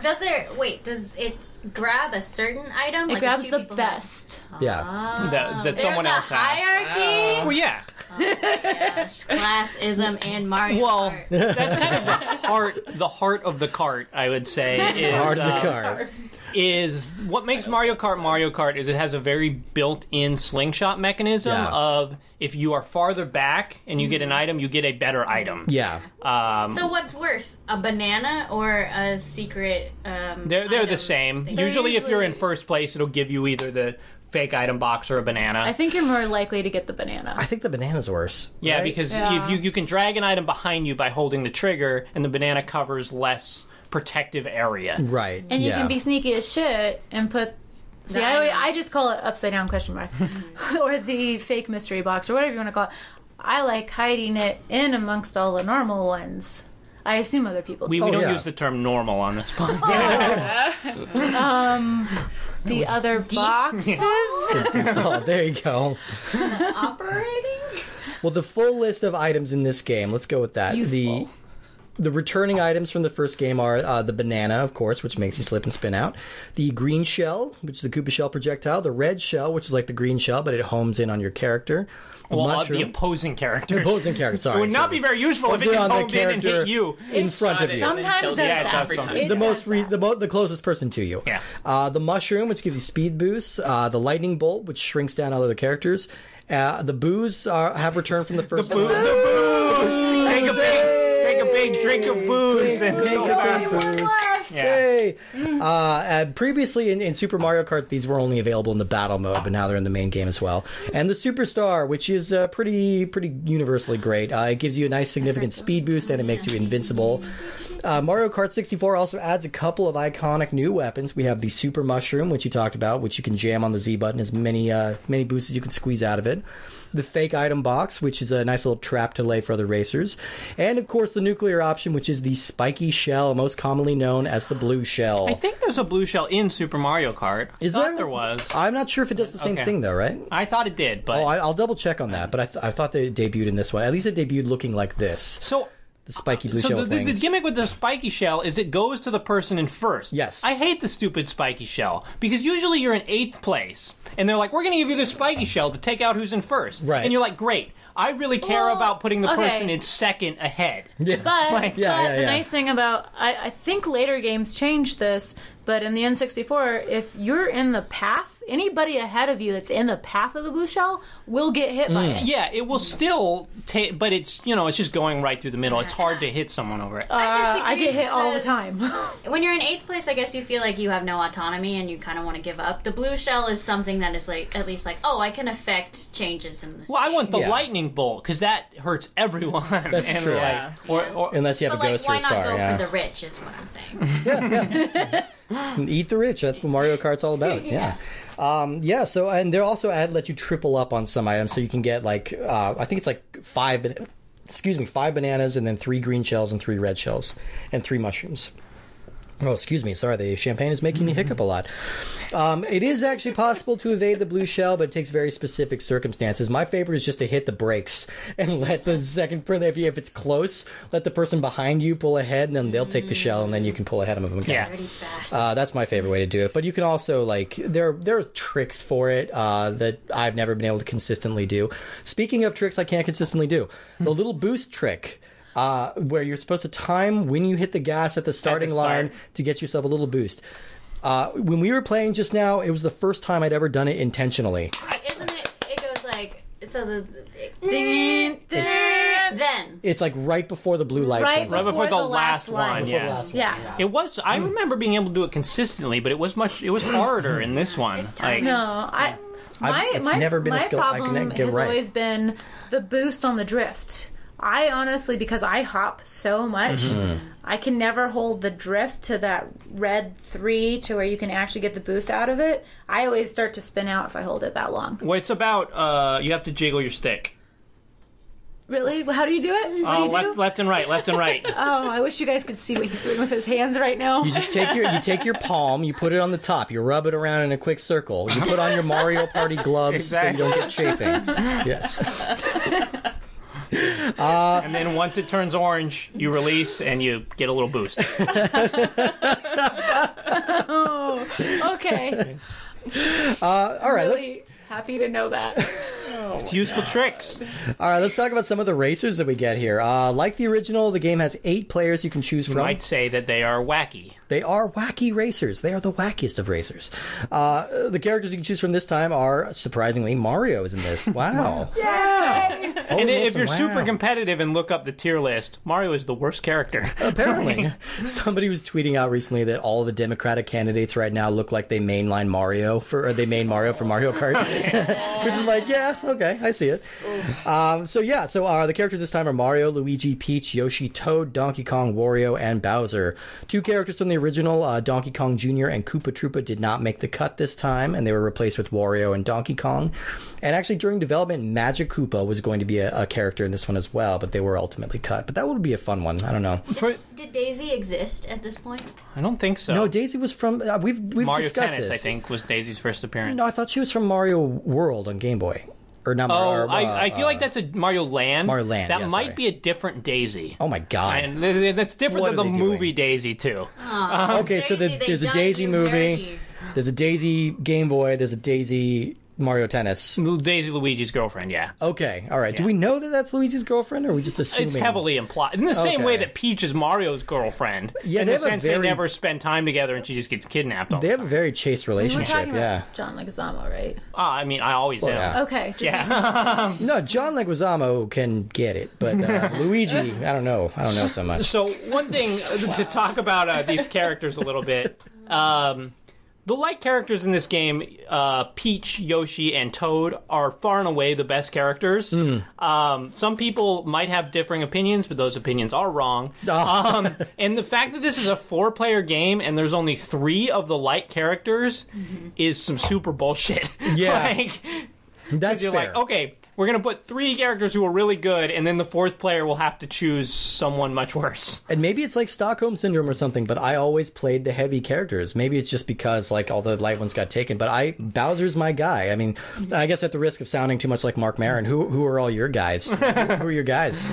Speaker 4: Does there? Wait, does it grab a certain item?
Speaker 2: It
Speaker 4: Like,
Speaker 2: grabs
Speaker 4: two
Speaker 2: the
Speaker 4: people-
Speaker 2: best.
Speaker 1: Yeah.
Speaker 3: that, that
Speaker 4: There's
Speaker 3: someone
Speaker 4: a
Speaker 3: else has. Oh.
Speaker 4: hierarchy.
Speaker 3: Well, yeah.
Speaker 4: Gosh, classism and Mario.
Speaker 3: Well,
Speaker 4: Kart.
Speaker 3: that's kind of the heart, the heart of the cart, I would say. Is,
Speaker 1: Hard in the
Speaker 3: uh,
Speaker 1: car.
Speaker 3: is what makes Mario Kart Mario Kart is it has a very built-in slingshot mechanism
Speaker 1: Yeah.
Speaker 3: of if you are farther back and you get an item, you get a better item.
Speaker 1: Yeah.
Speaker 3: Um,
Speaker 4: So what's worse, a banana or a secret? Um,
Speaker 3: they're they're
Speaker 4: item
Speaker 3: the same.
Speaker 4: thing?
Speaker 3: Usually, if you're in
Speaker 2: usually-
Speaker 3: first place, it'll give you either the fake item box or a banana.
Speaker 2: I think you're more likely to get the banana.
Speaker 1: I think the banana's worse.
Speaker 3: yeah,
Speaker 1: right?
Speaker 3: because
Speaker 2: Yeah.
Speaker 3: if you you can drag an item behind you by holding the trigger, and the banana covers less protective area.
Speaker 1: Right.
Speaker 2: And you
Speaker 1: yeah. (laughs)
Speaker 2: can be sneaky as shit and put. See, I, always- I just call it upside down question (laughs) mark, or the fake mystery box, or whatever you want to call it. I like hiding it in amongst all the normal ones. I assume other people.
Speaker 3: We,
Speaker 2: do.
Speaker 3: we
Speaker 1: Oh,
Speaker 3: don't
Speaker 1: yeah.
Speaker 3: use the term normal on this podcast.
Speaker 2: the other boxes.
Speaker 1: oh, there you go.
Speaker 4: operating.
Speaker 1: Well, the full list of items in this game. Let's go with that.
Speaker 2: Useful.
Speaker 1: The the returning items from the first game are uh, the banana, of course, which makes you slip and spin out. The green shell, which is the Koopa shell projectile. The red shell, which is like the green shell, but it homes in on your character. The
Speaker 3: Well, uh,
Speaker 1: mushroom.
Speaker 3: the opposing characters.
Speaker 1: opposing character. Sorry,
Speaker 3: It would not
Speaker 1: sorry.
Speaker 3: be very useful
Speaker 1: Homes
Speaker 3: if it
Speaker 1: in
Speaker 3: just
Speaker 1: on the
Speaker 3: homed in and
Speaker 1: character
Speaker 3: hit you.
Speaker 1: (laughs) in front of you.
Speaker 2: Sometimes
Speaker 5: Kills
Speaker 2: does
Speaker 5: you
Speaker 2: that.
Speaker 5: every time.
Speaker 2: It
Speaker 1: the
Speaker 2: does
Speaker 1: most re-
Speaker 2: that.
Speaker 1: the, mo- the closest person to you.
Speaker 3: Yeah.
Speaker 1: Uh, the mushroom, which gives you speed boosts. Uh, the lightning bolt, which shrinks down all other characters. Uh, the boos are, have returned from the first.
Speaker 3: Boo-
Speaker 1: one.
Speaker 3: the booze. Take
Speaker 1: Hey!
Speaker 3: a big, take a big drink of booze and
Speaker 1: Make
Speaker 3: go
Speaker 1: a
Speaker 3: back.
Speaker 1: big boost.
Speaker 3: Yeah.
Speaker 1: Yay! Uh, and previously in, in Super Mario Kart, these were only available in the battle mode, but now they're in the main game as well. And the Superstar, which is uh, pretty pretty universally great, uh, it gives you a nice significant speed boost and it makes you invincible. Uh, Mario Kart 64 also adds a couple of iconic new weapons. We have the Super Mushroom, which you talked about, which you can jam on the Z button as many uh, many boosts as you can squeeze out of it. The fake item box, which is a nice little trap to lay for other racers, and of course the nuclear option, which is the spiky shell, most commonly known as the blue shell.
Speaker 3: I think there's a blue shell in Super Mario Kart. I
Speaker 1: Is
Speaker 3: thought
Speaker 1: there?
Speaker 3: there was.
Speaker 1: I'm not sure if it does the same
Speaker 3: Okay.
Speaker 1: thing though, right?
Speaker 3: I thought it did, but
Speaker 1: Oh, I, I'll double check on that, but I, th- I thought they debuted in this one. At least it debuted looking like this,
Speaker 3: so.
Speaker 1: the spiky blue
Speaker 3: Uh, So
Speaker 1: shell
Speaker 3: the, the, the
Speaker 1: things.
Speaker 3: gimmick with the spiky shell is it goes to the person in first.
Speaker 1: Yes.
Speaker 3: I hate the stupid spiky shell because usually you're in eighth place and they're like, "We're going to give you this spiky shell to take out who's in first.
Speaker 1: Right.
Speaker 3: And you're like, "Great! I really care
Speaker 2: Well,
Speaker 3: about putting the
Speaker 2: okay.
Speaker 3: person in second ahead."
Speaker 1: Yeah.
Speaker 3: (laughs)
Speaker 2: But,
Speaker 3: Like-
Speaker 1: Yeah,
Speaker 2: but
Speaker 1: yeah,
Speaker 2: the
Speaker 1: yeah.
Speaker 2: nice thing about I, I think later games changed this But in the N64, if you're in the path, anybody ahead of you that's in the path of the blue shell will get hit by it.
Speaker 3: Yeah, it will still take, but it's you know it's just going right through the middle. It's hard to hit someone over it.
Speaker 2: Uh, I
Speaker 4: disagree
Speaker 2: get hit all the
Speaker 4: because-
Speaker 2: time.
Speaker 4: When you're in eighth place, I guess you feel like you have no autonomy and you kind of want to give up. The blue shell is something that is like at least like oh, I can affect changes in this.
Speaker 3: Well, I want the
Speaker 1: Yeah.
Speaker 3: lightning bolt because that hurts everyone.
Speaker 1: That's
Speaker 3: And,
Speaker 1: true.
Speaker 3: like,
Speaker 5: Yeah.
Speaker 3: Or, or
Speaker 1: Unless you have
Speaker 4: but
Speaker 1: a
Speaker 4: like,
Speaker 1: ghost
Speaker 4: why
Speaker 1: or a star,
Speaker 4: not go
Speaker 1: yeah.
Speaker 4: for the rich? Is what I'm saying.
Speaker 1: (laughs) Eat the rich. That's what Mario Kart's all about. Yeah. Um, yeah. So, and they're also ad let you triple up on some items, so you can get like uh, I think it's like five. Ba- excuse me, five bananas, and then three green shells, and three red shells, and three mushrooms. Oh, excuse me. Sorry, the champagne is making me hiccup a lot. Um, it is actually possible to evade the blue shell, but it takes very specific circumstances. My favorite is just to hit the brakes (laughs) and let the second person, if, you- if it's close, let the person behind you pull ahead, and then they'll take the shell, and then you can pull ahead of them again.
Speaker 3: Yeah.
Speaker 4: Pretty fast.
Speaker 1: Uh, that's my favorite way to do it. But you can also like there there are tricks for it uh, that I've never been able to consistently do. Speaking of tricks, I can't consistently do the little boost trick. Uh, where you're supposed to time when you hit the gas at the starting
Speaker 3: start.
Speaker 1: line to get yourself a little boost. Uh, when we were playing just now, it was the first time I'd ever done it intentionally.
Speaker 4: Isn't it? It goes like so. The,
Speaker 2: Ding, ding.
Speaker 4: then
Speaker 1: It's like right before the blue light.
Speaker 2: Right
Speaker 1: turns on.
Speaker 2: before, the, last, line.
Speaker 3: yeah.
Speaker 1: The last one.
Speaker 2: Yeah.
Speaker 3: It was. I remember being able to do it consistently, but it was much. It was harder in this one.
Speaker 4: It's time.
Speaker 2: No, I.
Speaker 1: I've-
Speaker 2: My,
Speaker 1: it's
Speaker 2: my,
Speaker 1: never been a
Speaker 2: my
Speaker 1: skill I can
Speaker 2: problem
Speaker 1: get
Speaker 2: has
Speaker 1: right.
Speaker 2: always been the boost on the drift. I honestly, because I hop so much,
Speaker 1: Mm-hmm.
Speaker 2: I can never hold the drift to that red three to where you can actually get the boost out of it. I always start to spin out if I hold it that long.
Speaker 3: Well, it's about uh, you have to jiggle your stick.
Speaker 2: Really? How do you do
Speaker 1: Oh,
Speaker 2: it? What
Speaker 3: Uh,
Speaker 2: do Oh, you
Speaker 3: left,
Speaker 2: do?
Speaker 3: left and right, left and right.
Speaker 2: (laughs) Oh, I wish you guys could see what he's doing with his hands
Speaker 1: (laughs)
Speaker 2: right now.
Speaker 1: You just take your you take your palm, you put it on the top, you rub it around in a quick circle. You put on your Mario Party gloves so you don't get chafing. Yes.
Speaker 3: and then once it turns orange, you release and you get a
Speaker 1: (laughs)
Speaker 3: little boost.
Speaker 2: Oh,
Speaker 1: (laughs)
Speaker 2: okay.
Speaker 1: All right,
Speaker 2: Really happy to know that.
Speaker 3: It's useful tricks.
Speaker 1: let's all right, let's talk about some of the racers that we get here. Uh, like the original, the game has eight players you can choose from.
Speaker 3: Might say that they are wacky.
Speaker 1: They are wacky racers. They are the wackiest of racers. Uh, the characters you can choose from this time are surprisingly Mario is in this. Wow. yeah.
Speaker 3: And if you're super competitive and look up the tier list, Mario is the worst character.
Speaker 1: Uh, Apparently, (laughs) somebody was tweeting out recently that all the Democratic candidates right now look like they mainline Mario for, or they main Mario for Mario Kart, (laughs) which is like, yeah, okay, I see it. Um, so yeah, so uh, the characters this time are Mario, Luigi, Peach, Yoshi, Toad, Donkey Kong, Wario, and Bowser. Two characters from the original, uh, Donkey Kong Jr. and Koopa Troopa, did not make the cut this time, and they were replaced with Wario and Donkey Kong. And actually, during development, Magic Koopa was going to be a, a character in this one as well, but they were ultimately cut. But that would be a fun one. I don't know.
Speaker 3: For-
Speaker 4: did Daisy exist at this point?
Speaker 3: (laughs) I don't think so.
Speaker 1: No, Daisy was from uh, we've we've
Speaker 3: Mario
Speaker 1: discussed
Speaker 3: Tennis,
Speaker 1: this.
Speaker 3: I think, was Daisy's first appearance.
Speaker 1: No, I thought she was from Mario World on Game Boy, or not
Speaker 3: Oh,
Speaker 1: Mario. uh,
Speaker 3: I, I feel like that's a Mario Land.
Speaker 1: Mario Land,
Speaker 3: That
Speaker 1: yeah,
Speaker 3: might
Speaker 1: sorry.
Speaker 3: be a different Daisy.
Speaker 1: oh my god.
Speaker 3: And th- th- that's different
Speaker 1: What
Speaker 3: than
Speaker 1: are
Speaker 3: the
Speaker 1: they
Speaker 3: movie
Speaker 1: doing?
Speaker 3: Daisy too.
Speaker 1: okay, so the,
Speaker 4: Daisy, they
Speaker 1: there's a
Speaker 4: done
Speaker 1: Daisy
Speaker 4: you
Speaker 1: movie,
Speaker 4: dirty.
Speaker 1: there's a Daisy Game Boy, there's a Daisy Mario Tennis.
Speaker 3: Daisy Luigi's girlfriend, yeah.
Speaker 1: Okay, all right. Do we know that that's Luigi's girlfriend, or are we just assuming?
Speaker 3: It's heavily implied. In the same
Speaker 1: Okay.
Speaker 3: way that Peach is Mario's girlfriend.
Speaker 1: Yeah,
Speaker 3: in
Speaker 1: they
Speaker 3: the
Speaker 1: have a
Speaker 3: sense
Speaker 1: very-
Speaker 3: they never spend time together and she just gets kidnapped all
Speaker 1: They
Speaker 3: the
Speaker 1: have
Speaker 3: time.
Speaker 1: a very chaste
Speaker 2: We're
Speaker 1: relationship.
Speaker 2: talking
Speaker 1: yeah.
Speaker 2: about John Leguizamo, right?
Speaker 3: Ah, I mean, I always am.
Speaker 1: yeah.
Speaker 2: Okay. just making
Speaker 1: No, John Leguizamo can get it, but
Speaker 4: (laughs)
Speaker 1: uh, Luigi, I don't know. I don't know so much.
Speaker 3: So one thing uh, to talk about uh, these characters a little bit. Um, the light characters in this game, uh, Peach, Yoshi, and Toad, are far and away the best characters.
Speaker 1: Hmm.
Speaker 3: Um, some people might have differing opinions, but those opinions are
Speaker 1: (laughs)
Speaker 3: wrong.
Speaker 1: Ah.
Speaker 3: Um, and the fact that this is a four-player game and there's only three of the light characters is some super bullshit.
Speaker 1: Mm-hmm.
Speaker 3: (laughs)
Speaker 1: Yeah.
Speaker 3: like,
Speaker 1: That's
Speaker 3: you're
Speaker 1: fair.
Speaker 3: like, okay, we're gonna put three characters who are really good, and then the fourth player will have to choose someone much worse.
Speaker 1: And maybe it's like Stockholm syndrome or something, but I always played the heavy characters. Maybe it's just because like all the light ones got taken, but I Bowser's my guy. I mean,
Speaker 3: (laughs)
Speaker 1: I guess at the risk of sounding too much like Mark Maron, who who are all your guys? who are your guys?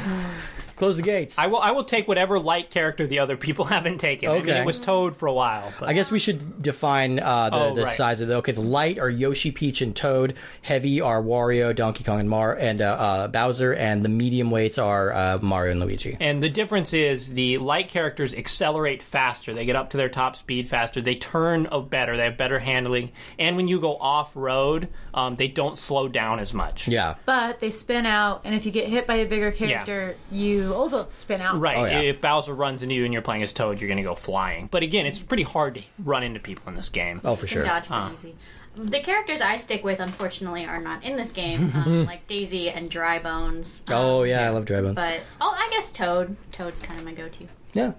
Speaker 1: Close the gates.
Speaker 3: I will. I will take whatever light character the other people (laughs) haven't taken. I mean,
Speaker 1: Okay.
Speaker 3: it was Toad for a while. But.
Speaker 1: I guess we should define uh, the,
Speaker 3: Oh,
Speaker 1: the
Speaker 3: right.
Speaker 1: size of the. Okay, the light are Yoshi, Peach, and Toad. Heavy are Wario, Donkey Kong, and Mar and uh, uh, Bowser. And the medium weights are uh, Mario and Luigi.
Speaker 3: And the difference is the light characters accelerate faster. They get up to their top speed faster. They turn uh, better. They have better handling. And when you go off road, um, they don't slow down as much.
Speaker 1: Yeah.
Speaker 2: But they spin out, and if you get hit by a bigger character, you also spin out.
Speaker 3: Right.
Speaker 1: Oh, yeah.
Speaker 3: If Bowser runs into you and you're playing as Toad, you're going to go flying. But again, it's pretty hard to run into people in this game.
Speaker 1: Oh, for sure.
Speaker 4: Dodge pretty easy. The characters I stick with, unfortunately, are not in this
Speaker 1: (laughs)
Speaker 4: game, um, like Daisy and Dry Bones. Um,
Speaker 1: Oh yeah, I love dry bones.
Speaker 4: But oh, I guess Toad. Toad's kind of my go-to.
Speaker 1: yeah.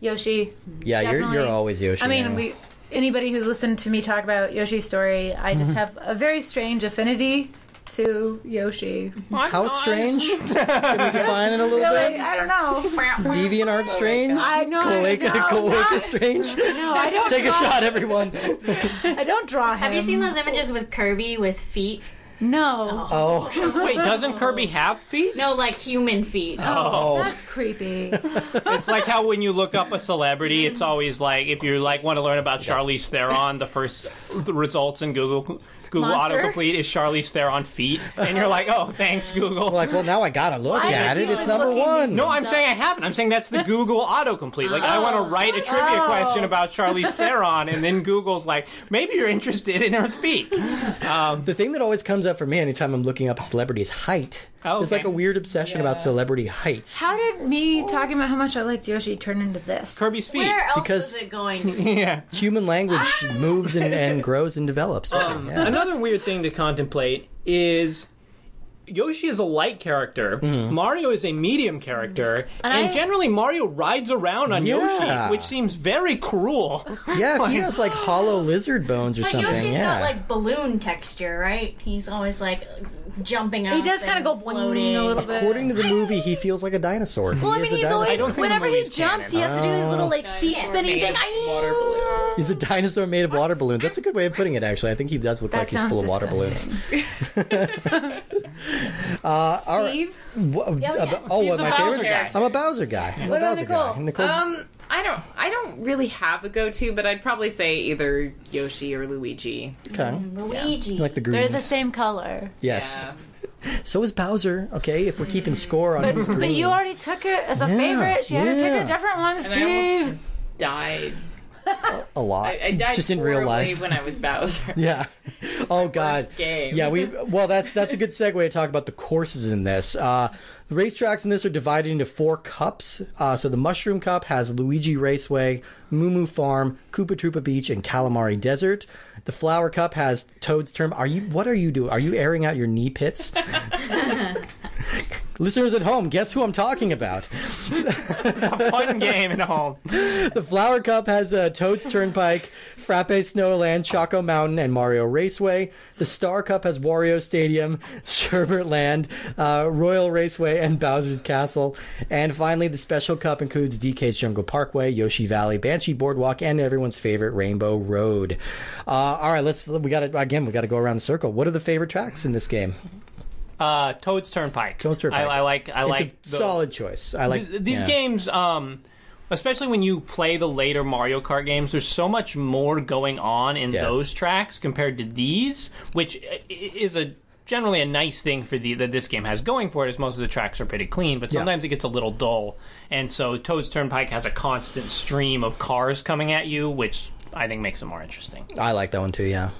Speaker 2: Yoshi.
Speaker 1: Yeah, you're
Speaker 2: Definitely.
Speaker 1: you're always Yoshi.
Speaker 2: I mean,
Speaker 1: yeah.
Speaker 2: we. Anybody who's listened to me talk about Yoshi's story, I just have a very strange affinity to Yoshi.
Speaker 1: How
Speaker 2: (laughs)
Speaker 1: strange? Can we define it a little
Speaker 2: Really,
Speaker 1: bit?
Speaker 2: I don't know.
Speaker 1: Deviant art strange.
Speaker 2: Oh I know.
Speaker 1: Cloaca, (laughs)
Speaker 2: no,
Speaker 1: cloaca
Speaker 2: (laughs)
Speaker 1: strange.
Speaker 2: No, I don't.
Speaker 1: Take a
Speaker 2: draw,
Speaker 1: shot, everyone.
Speaker 2: I don't draw him.
Speaker 4: Have you seen those images with Kirby with feet?
Speaker 2: No.
Speaker 1: Oh,
Speaker 3: (laughs) Wait, doesn't Kirby have feet?
Speaker 4: No, like human feet.
Speaker 1: oh,
Speaker 2: That's creepy.
Speaker 3: It's like how when you look up a celebrity, it's always like if you like want to learn about Charlize Theron, the first the results in Google Google
Speaker 2: Monster?
Speaker 3: autocomplete is Charlize Theron feet, and you're like, oh, thanks Google.
Speaker 1: like well, now I gotta look
Speaker 2: I
Speaker 1: at it.
Speaker 2: feel
Speaker 1: It's
Speaker 2: like
Speaker 1: number
Speaker 2: looking-
Speaker 1: one.
Speaker 3: no, I'm saying I haven't. I'm saying that's the Google autocomplete. Like, I want to write a trivia
Speaker 2: Oh.
Speaker 3: question about Charlize Theron, and then Google's like, maybe you're interested in her feet.
Speaker 1: The thing that always comes up for me anytime I'm looking up a celebrity's height.
Speaker 3: Oh,
Speaker 1: There's
Speaker 3: okay.
Speaker 1: like a weird obsession about celebrity heights.
Speaker 2: How did me talking about how much I liked Yoshi turn into this?
Speaker 3: Kirby's feet.
Speaker 4: Where else
Speaker 1: because-
Speaker 4: is it
Speaker 1: (laughs)
Speaker 4: going?
Speaker 3: (laughs) Yeah.
Speaker 1: Human language
Speaker 2: Ah.
Speaker 1: moves and,
Speaker 2: (laughs)
Speaker 1: and grows and develops.
Speaker 2: Um,
Speaker 1: Yeah.
Speaker 3: Um, Another weird thing to contemplate is Yoshi is a light character,
Speaker 1: Mm-hmm.
Speaker 3: Mario is a medium character, and,
Speaker 2: I-
Speaker 3: generally Mario rides around on
Speaker 1: Yeah.
Speaker 3: Yoshi, which seems very cruel.
Speaker 1: Yeah, if he has like hollow lizard bones or
Speaker 4: But
Speaker 1: something.
Speaker 4: Yoshi's
Speaker 1: yeah.
Speaker 4: got like balloon texture, right? He's always like jumping up.
Speaker 2: He does kind
Speaker 4: and
Speaker 2: of go
Speaker 4: floating.
Speaker 2: floating a little bit.
Speaker 1: According to the movie, he feels like a dinosaur.
Speaker 2: well,
Speaker 1: he is
Speaker 2: I mean,
Speaker 1: a
Speaker 2: he's
Speaker 1: dinosaur.
Speaker 2: always
Speaker 3: don't think
Speaker 2: whenever he
Speaker 3: Louise
Speaker 2: jumps,
Speaker 3: can.
Speaker 2: he has to do his little like
Speaker 1: Oh.
Speaker 2: feet spinning thing.
Speaker 5: Water balloons.
Speaker 1: He's a dinosaur made of water balloons. That's a good way of putting it, actually. I think he does look
Speaker 2: That
Speaker 1: like he's full of
Speaker 2: sounds
Speaker 1: water balloons. Uh,
Speaker 2: disgusting.
Speaker 1: (laughs)
Speaker 2: Steve,
Speaker 1: Wha- uh,
Speaker 4: yeah.
Speaker 1: Oh,
Speaker 3: He's (laughs)
Speaker 1: what,
Speaker 3: a
Speaker 1: my
Speaker 3: Bowser
Speaker 1: favorite?
Speaker 3: guy.
Speaker 1: I'm a Bowser guy. I'm a
Speaker 2: What about
Speaker 1: Bowser guy.
Speaker 2: Nicole?
Speaker 1: Nicole.
Speaker 5: Um, I don't, I don't really have a go-to, but I'd probably say either Yoshi or Luigi.
Speaker 1: okay.
Speaker 4: Luigi.
Speaker 1: Like the
Speaker 2: they're
Speaker 1: greens.
Speaker 2: the same color.
Speaker 1: yes.
Speaker 5: Yeah.
Speaker 1: So is Bowser. Okay, if we're keeping score on who's green.
Speaker 2: But you already took it as a
Speaker 1: Yeah,
Speaker 2: favorite. She had to
Speaker 1: yeah.
Speaker 2: pick a different one,
Speaker 5: And I almost
Speaker 2: Steve.
Speaker 5: died.
Speaker 1: a lot.
Speaker 5: I, I died
Speaker 1: just in real
Speaker 5: horribly
Speaker 1: life.
Speaker 5: when I was Bowser.
Speaker 1: (laughs) Yeah. Oh God.
Speaker 5: game.
Speaker 1: Yeah, we well that's that's a good segue to talk about the courses in this. Uh, the racetracks in this are divided into four cups. Uh, so the Mushroom Cup has Luigi Raceway, Moo Moo Farm, Koopa Troopa Beach, and Calamari Desert. The Flower Cup has Toad's Term. Are you? What are you doing? Are you airing out your knee pits? (laughs) Listeners at home, guess who I'm talking about.
Speaker 3: Fun game at home.
Speaker 1: The Flower Cup has uh, Toad's Turnpike, Frappe Snowland, Choco Mountain, and Mario Raceway. The Star Cup has Wario Stadium, (laughs) Sherbert Land, uh, Royal Raceway, and Bowser's Castle. And finally, the Special Cup includes DK's Jungle Parkway, Yoshi Valley, Banshee Boardwalk, and everyone's favorite Rainbow Road. Uh, all right, let's. We got to again. We got to go around the circle. What are the favorite tracks in this game?
Speaker 3: Uh, Toad's Turnpike.
Speaker 1: Toad's Turnpike.
Speaker 3: I, I like. I
Speaker 1: It's
Speaker 3: like
Speaker 1: a
Speaker 3: the-
Speaker 1: solid choice. I like
Speaker 3: Th- these
Speaker 1: yeah.
Speaker 3: games um especially when you play the later Mario Kart games there's so much more going on in
Speaker 1: Yeah.
Speaker 3: those tracks compared to these which i- i- is a generally a nice thing for the that this game has going for it is most of the tracks are pretty clean but
Speaker 1: Yeah.
Speaker 3: sometimes it gets a little dull and so Toad's Turnpike has a constant stream of cars coming at you which I think makes it more interesting.
Speaker 1: I like that one too. Yeah,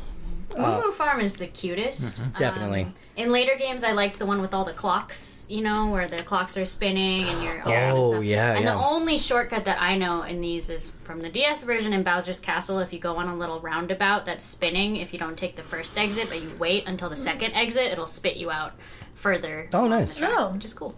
Speaker 4: Moo Moo Farm is the cutest.
Speaker 1: Uh, Mm-hmm, Definitely.
Speaker 4: Um, in later games, I liked the one with all the clocks, you know, where the clocks are spinning
Speaker 1: (gasps)
Speaker 4: and you're.
Speaker 1: Oh,
Speaker 4: and stuff.
Speaker 1: yeah,
Speaker 4: And
Speaker 1: yeah.
Speaker 4: the only shortcut that I know in these is from the DS version in Bowser's Castle. If you go on a little roundabout that's spinning, if you don't take the first exit, but you wait until the second exit, it'll spit you out further.
Speaker 1: Oh,
Speaker 4: on the
Speaker 1: nice.
Speaker 4: track,
Speaker 2: Oh.
Speaker 4: Which is cool.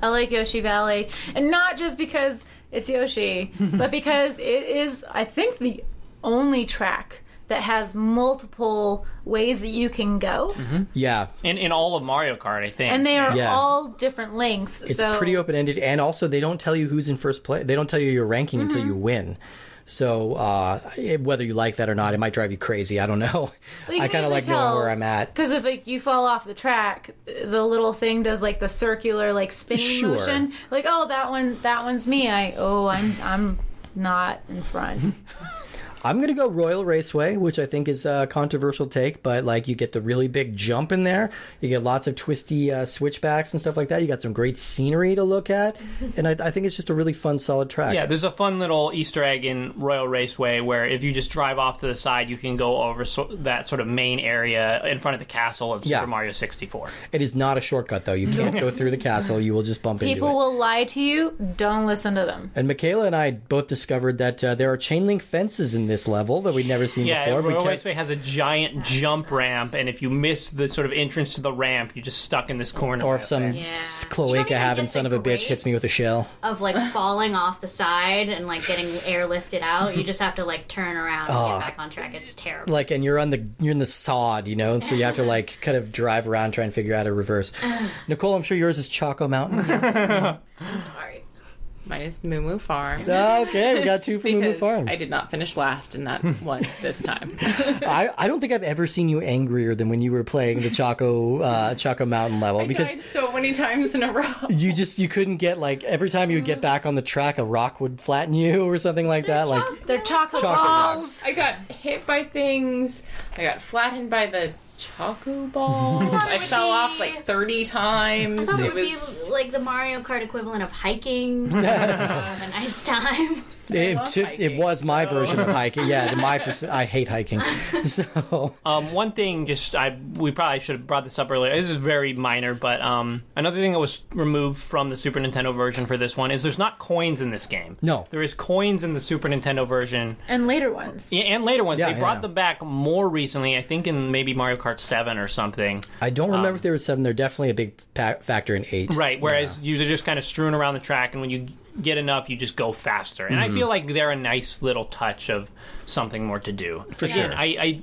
Speaker 2: I like Yoshi Valley, and not just because
Speaker 1: (laughs)
Speaker 2: it's Yoshi, but because it is, I think, the only track that has multiple ways that you can go,
Speaker 1: yeah.
Speaker 3: In in all of Mario Kart I think.
Speaker 2: and they are
Speaker 1: Mm-hmm. Yeah.
Speaker 2: all different lengths.
Speaker 1: It's
Speaker 2: so Mm-hmm.
Speaker 1: pretty open ended, and also they don't tell you who's in first place. They don't tell you your ranking until you win. So uh, it- whether you like that or not, it might drive you crazy. I don't know.
Speaker 2: Well, you
Speaker 1: I
Speaker 2: can
Speaker 1: kind of
Speaker 2: usually
Speaker 1: like knowing
Speaker 2: tell,
Speaker 1: where I'm at.
Speaker 2: Because if like you fall off the track, the little thing does like the circular like spinning
Speaker 1: Sure.
Speaker 2: motion. Like oh that one that one's me. I oh I'm I'm not in front.
Speaker 1: I'm gonna go Royal Raceway, which I think is a controversial take, but like you get the really big jump in there, you get lots of twisty uh, switchbacks and stuff like that. You got some great scenery to look
Speaker 2: (laughs)
Speaker 1: at, and I, I think it's just a really fun, solid track.
Speaker 3: Yeah, there's a fun little Easter egg in Royal Raceway where if you just drive off to the side, you can go over so- that sort of main area in front of the castle of
Speaker 1: Yeah.
Speaker 3: Super Mario 64.
Speaker 1: It is not a shortcut though. You can't go through the castle. You will just bump into
Speaker 2: People
Speaker 1: it.
Speaker 2: will lie to you. Don't listen to them.
Speaker 1: And Michaela and I both discovered that uh, there are chain link fences in this level that we'd never seen
Speaker 3: Yeah,
Speaker 1: before.
Speaker 3: Royal
Speaker 1: because-
Speaker 3: Raceway has a giant jump ramp, and if you miss the sort of entrance to the ramp, you're just stuck in this corner.
Speaker 1: or
Speaker 3: by
Speaker 1: if
Speaker 3: a
Speaker 1: some
Speaker 3: fence.
Speaker 1: s-
Speaker 4: Yeah. You don't
Speaker 1: cloaca
Speaker 4: even
Speaker 1: having
Speaker 4: get
Speaker 1: son of
Speaker 4: the
Speaker 1: a bitch hits me with a
Speaker 4: grace.
Speaker 1: shell.
Speaker 4: of like falling off the side and like getting airlifted out. You just have to like turn around and
Speaker 1: Oh.
Speaker 4: get back on track. It's terrible.
Speaker 1: Like, and you're on the you're in the sod, you know, and so you have to like kind of drive around, try and figure out a reverse.
Speaker 4: Uh.
Speaker 1: Nicole, I'm sure yours is Choco Mountain. (laughs)
Speaker 4: I'm sorry.
Speaker 5: Mine is Moo Moo Farm.
Speaker 1: Oh, okay, we got two from Moo
Speaker 5: Because
Speaker 1: Farm.
Speaker 5: I did not finish last
Speaker 1: (laughs)
Speaker 5: in that one this time.
Speaker 1: I, I don't think I've ever seen you angrier than when you were playing the Choco uh, Choco Mountain level (laughs) because
Speaker 5: Tried so many times in a row.
Speaker 1: you just you couldn't get like every time you would get back on the track, a rock would flatten you or something like that. Like
Speaker 2: They're chocolate,
Speaker 1: Chocolate
Speaker 2: balls.
Speaker 1: rocks.
Speaker 5: I got hit by things. I got flattened by the
Speaker 1: (laughs)
Speaker 5: choco balls. I
Speaker 4: would
Speaker 5: fell
Speaker 4: be-
Speaker 5: off like 30
Speaker 4: I
Speaker 5: times.
Speaker 4: thought
Speaker 5: It
Speaker 4: it would
Speaker 5: was
Speaker 4: be like the Mario Kart equivalent of
Speaker 1: (laughs)
Speaker 4: hiking. have a nice time. (laughs)
Speaker 1: It,
Speaker 5: love
Speaker 1: it
Speaker 5: hiking,
Speaker 1: was my
Speaker 5: so-
Speaker 1: version of hiking. Yeah, to
Speaker 3: (laughs)
Speaker 1: my percent, I hate hiking. So
Speaker 3: Um, one thing, just I we probably should have brought this up earlier. This is very minor, but um, another thing that was removed from the Super Nintendo version for this one is there's not coins in this game.
Speaker 1: No.
Speaker 3: there is coins in the Super Nintendo version
Speaker 2: and later ones.
Speaker 3: yeah, and later ones.
Speaker 1: Yeah,
Speaker 3: they brought
Speaker 1: yeah.
Speaker 3: them back more recently. I think in maybe Mario Kart Seven or something.
Speaker 1: I don't remember if there was seven. They're definitely a big pa- factor in eight.
Speaker 3: Um, Right, whereas you are just kind of strewn around the track, and when you get enough, you just go faster. And
Speaker 1: Mm-hmm.
Speaker 3: I feel like they're a nice little touch of something more to do. For
Speaker 1: sure.
Speaker 3: I, I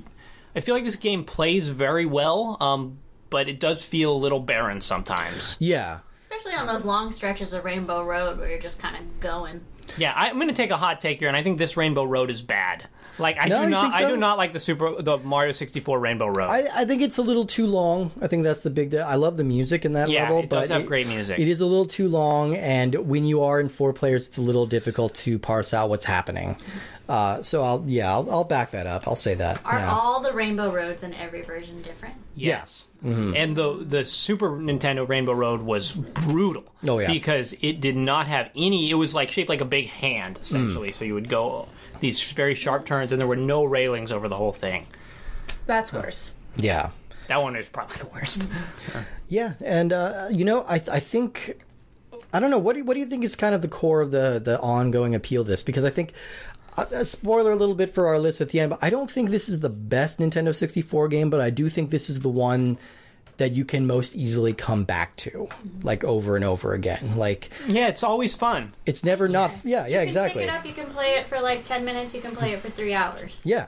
Speaker 3: I feel like this game plays very well, um, but it does feel a little barren sometimes.
Speaker 1: Yeah.
Speaker 4: Especially on those long stretches of Rainbow Road where you're just kind of going.
Speaker 3: Yeah, I, I'm going to take a hot take here, and I think this Rainbow Road is bad. Like I
Speaker 1: No,
Speaker 3: do
Speaker 1: you
Speaker 3: not,
Speaker 1: think
Speaker 3: I
Speaker 1: so?
Speaker 3: do not like the Super the Mario 64 Rainbow Road.
Speaker 1: I, I think it's a little too long. I think that's the big. di- I love the music in that
Speaker 3: Yeah,
Speaker 1: level,
Speaker 3: it
Speaker 1: but
Speaker 3: does have great music.
Speaker 1: It is a little too long, and when you are in four players, it's a little difficult to parse out what's happening. Uh, so I'll yeah, I'll, I'll back that up. I'i'll say that.
Speaker 4: Are
Speaker 1: yeah.
Speaker 4: all the Rainbow Roads in every version different?
Speaker 3: Yes.
Speaker 1: Mm-hmm.
Speaker 3: And the the Super Nintendo Rainbow Road was brutal.
Speaker 1: Oh, yeah.
Speaker 3: Because it did not have any it was like shaped like a big hand
Speaker 1: Mm.
Speaker 3: essentially. So you would go these very sharp turns and there were no railings over the whole thing.
Speaker 2: That's worse.
Speaker 1: yeah.
Speaker 3: That one is probably the worst.
Speaker 1: Yeah, and uh, you know, I I think I don't know what do you, what do you think is kind of the core of the the ongoing appeal to this because I think uh, spoiler a little bit for our list at the end, but I don't think this is the best Nintendo 64 game, but I do think this is the one that you can most easily come back to like over and over again. Like
Speaker 3: (laughs) yeah, it's always fun.
Speaker 1: it's never not yeah, yeah,
Speaker 4: You
Speaker 1: exactly.
Speaker 4: can pick it up, you can play it for like 10 minutes, you can play it for three hours.
Speaker 1: Yeah.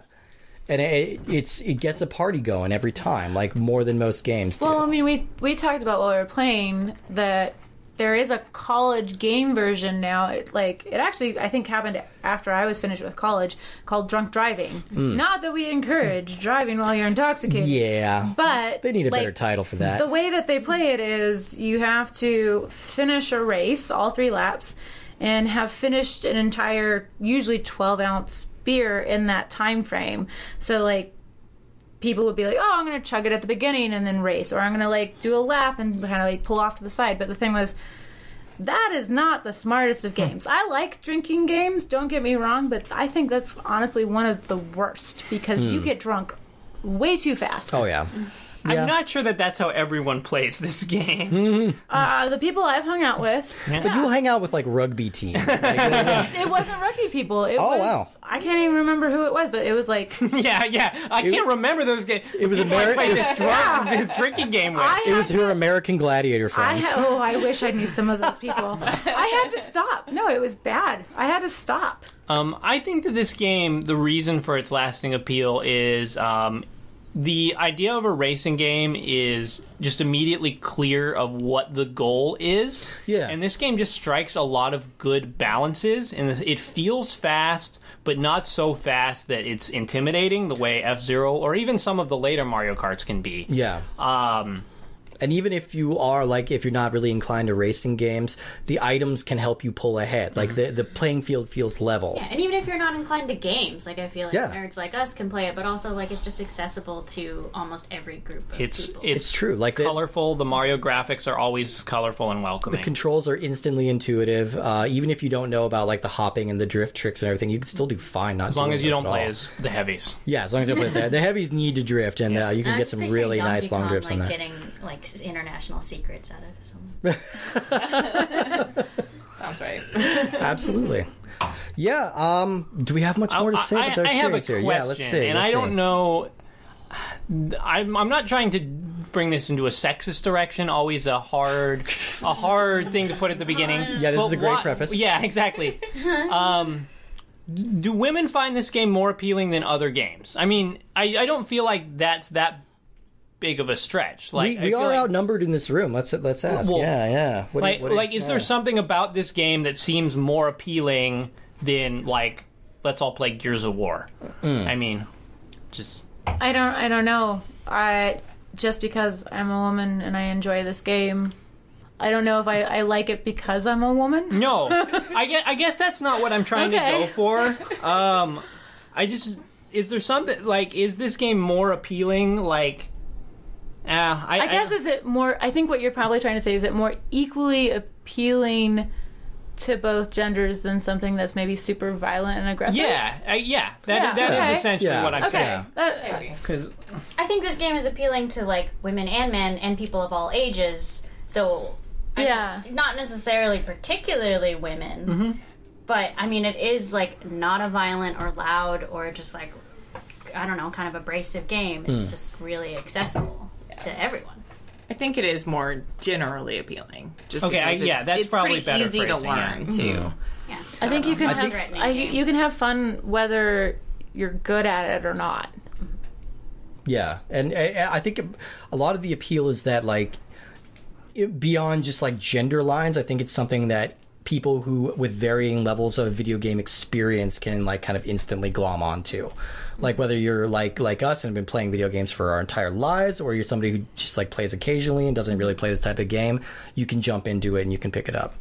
Speaker 1: And it, it's it gets a party going every time, like more than most games do.
Speaker 2: Well, I mean, we we talked about while we were playing that there is a college game version now. It, like it actually, I think happened after I was finished with college, called drunk driving. Not that we encourage driving while you're intoxicated.
Speaker 1: Hmm. yeah.
Speaker 2: But
Speaker 1: they need a
Speaker 2: like,
Speaker 1: better title for that.
Speaker 2: The way that they play it is you have to finish a race, all three laps, and have finished an entire, usually 12 ounce beer in that time frame. So, like, people would be like, oh, I'm going to chug it at the beginning and then race, or I'm going to, like, do a lap and kind of, like, pull off to the side. But the thing was, that is not the smartest of games. I like drinking games, don't get me wrong, but I think that's honestly one of the worst because you get drunk way too fast.
Speaker 1: oh yeah. Yeah. Hmm?
Speaker 3: I'm not sure that that's how everyone plays this (laughs) game.
Speaker 2: Uh, the people I've hung out with,
Speaker 1: But you hang out with like rugby teams.
Speaker 2: it wasn't rugby people. It
Speaker 1: Oh,
Speaker 2: was,
Speaker 1: wow.
Speaker 2: I can't even remember who it was, but (laughs) it was like,
Speaker 3: yeah, yeah. I can't remember those games. It
Speaker 1: was Ameri-
Speaker 3: played this,
Speaker 1: (laughs)
Speaker 3: drunk, this drinking game with.
Speaker 2: I
Speaker 1: It
Speaker 2: had,
Speaker 1: was her American
Speaker 4: (laughs)
Speaker 1: Gladiator
Speaker 2: I
Speaker 1: friends.
Speaker 2: had, oh, I wish I knew some of those (laughs) people. I had to stop. No, it was bad. I had to stop.
Speaker 3: Um, I think that this game, the reason for its lasting appeal is um, the idea of a racing game is just immediately clear of what the goal is.
Speaker 1: Yeah.
Speaker 3: And this game just strikes a lot of good balances, and this- it feels fast, but not so fast that it's intimidating the way F Zero or even some of the later Mario Karts can be.
Speaker 1: Yeah.
Speaker 3: Um,
Speaker 1: And even if you are like, if you're not really inclined to racing games, the items can help you pull ahead. Like the the playing field feels level.
Speaker 4: Mm-hmm. Yeah, and even if you're not inclined to games, like I feel like
Speaker 1: Yeah.
Speaker 4: nerds like us can play it, but also like it's just accessible to almost every group of
Speaker 3: it's,
Speaker 4: people.
Speaker 3: it's
Speaker 1: It's true. Like the,
Speaker 3: colorful. The Mario graphics are always colorful and welcoming.
Speaker 1: controls are instantly intuitive. Uh, even if you don't know about like the hopping and the drift tricks and everything, you can still do fine. Not
Speaker 3: as long as you don't play
Speaker 1: all.
Speaker 3: as the heavies.
Speaker 1: yeah, as long as you don't play as
Speaker 3: (laughs)
Speaker 1: that. The heavies need to drift, and uh, you can
Speaker 4: I'm
Speaker 1: get
Speaker 4: just
Speaker 1: some
Speaker 4: picturing
Speaker 1: really
Speaker 4: Donkey
Speaker 1: nice long
Speaker 4: Kong,
Speaker 1: drifts
Speaker 4: like,
Speaker 1: on that.
Speaker 4: Getting like s- international secrets out of someone.
Speaker 5: Sounds right.
Speaker 1: Absolutely. Yeah. Um. Do we have much more to say about our
Speaker 3: have a
Speaker 1: experience
Speaker 3: question,
Speaker 1: here? Yeah. Let's see.
Speaker 3: and
Speaker 1: let's
Speaker 3: I don't
Speaker 1: see.
Speaker 3: know. I'm, I'm not trying to bring this into a sexist direction. Always a hard, a hard thing to put at the beginning.
Speaker 1: Yeah, this
Speaker 3: But
Speaker 1: is a great
Speaker 3: why-
Speaker 1: preface.
Speaker 3: Yeah, exactly. um, do women find this game more appealing than other games? I mean, I, I don't feel like that's that big of a stretch. Like
Speaker 1: We,
Speaker 3: I
Speaker 1: we
Speaker 3: feel
Speaker 1: are
Speaker 3: like,
Speaker 1: outnumbered in this room. Let's let's ask.
Speaker 3: Well,
Speaker 1: yeah. Yeah. What do-
Speaker 3: like,
Speaker 1: what do-
Speaker 3: like is
Speaker 1: yeah.
Speaker 3: there something about this game that seems more appealing than like let's all play Gears of War?
Speaker 1: Mm.
Speaker 3: I mean,
Speaker 1: (laughs)
Speaker 3: just
Speaker 2: I don't. I don't know. I just because I'm a woman and I enjoy this game. I don't know if I, I like it because I'm a woman.
Speaker 3: no. I guess, I guess that's not what I'm trying
Speaker 2: Okay.
Speaker 3: to go for. Um, I just is there something like is this game more appealing? Like, uh, I,
Speaker 2: I guess is it more? I think what you're probably trying to say is it more equally appealing to both genders than something that's maybe super violent and aggressive.
Speaker 3: yeah, uh, yeah. That
Speaker 2: Yeah,
Speaker 3: that is
Speaker 2: okay.
Speaker 3: essentially
Speaker 1: Yeah.
Speaker 3: what I'm
Speaker 2: Okay.
Speaker 3: saying.
Speaker 2: That-
Speaker 3: Because
Speaker 4: I think this game is appealing to like women and men and people of all ages. So I-
Speaker 2: Yeah.
Speaker 4: not necessarily particularly women, but I mean it is like not a violent or loud or just like I don't know, kind of abrasive game. It's just really accessible to everyone.
Speaker 5: I think it is more generally appealing. Just
Speaker 3: Okay, I-
Speaker 5: because
Speaker 3: yeah,
Speaker 5: it's,
Speaker 3: that's
Speaker 5: it's
Speaker 3: probably
Speaker 5: pretty
Speaker 3: better
Speaker 5: easy to
Speaker 3: phrasing, yeah. Hmm.
Speaker 5: learn too.
Speaker 4: Yeah.
Speaker 2: I think you can have
Speaker 4: think-
Speaker 2: I, you can have fun whether you're good at it or not.
Speaker 1: Yeah, and eh, I, I think a lot of the appeal is that like it- beyond just like gender lines, I think it's something that people who with varying levels of video game experience can like kind of instantly glom onto. Like whether you're like like us and have been playing video games for our entire lives, or you're somebody who just like plays occasionally and doesn't really play this type of game, you can jump into it and you can pick it up.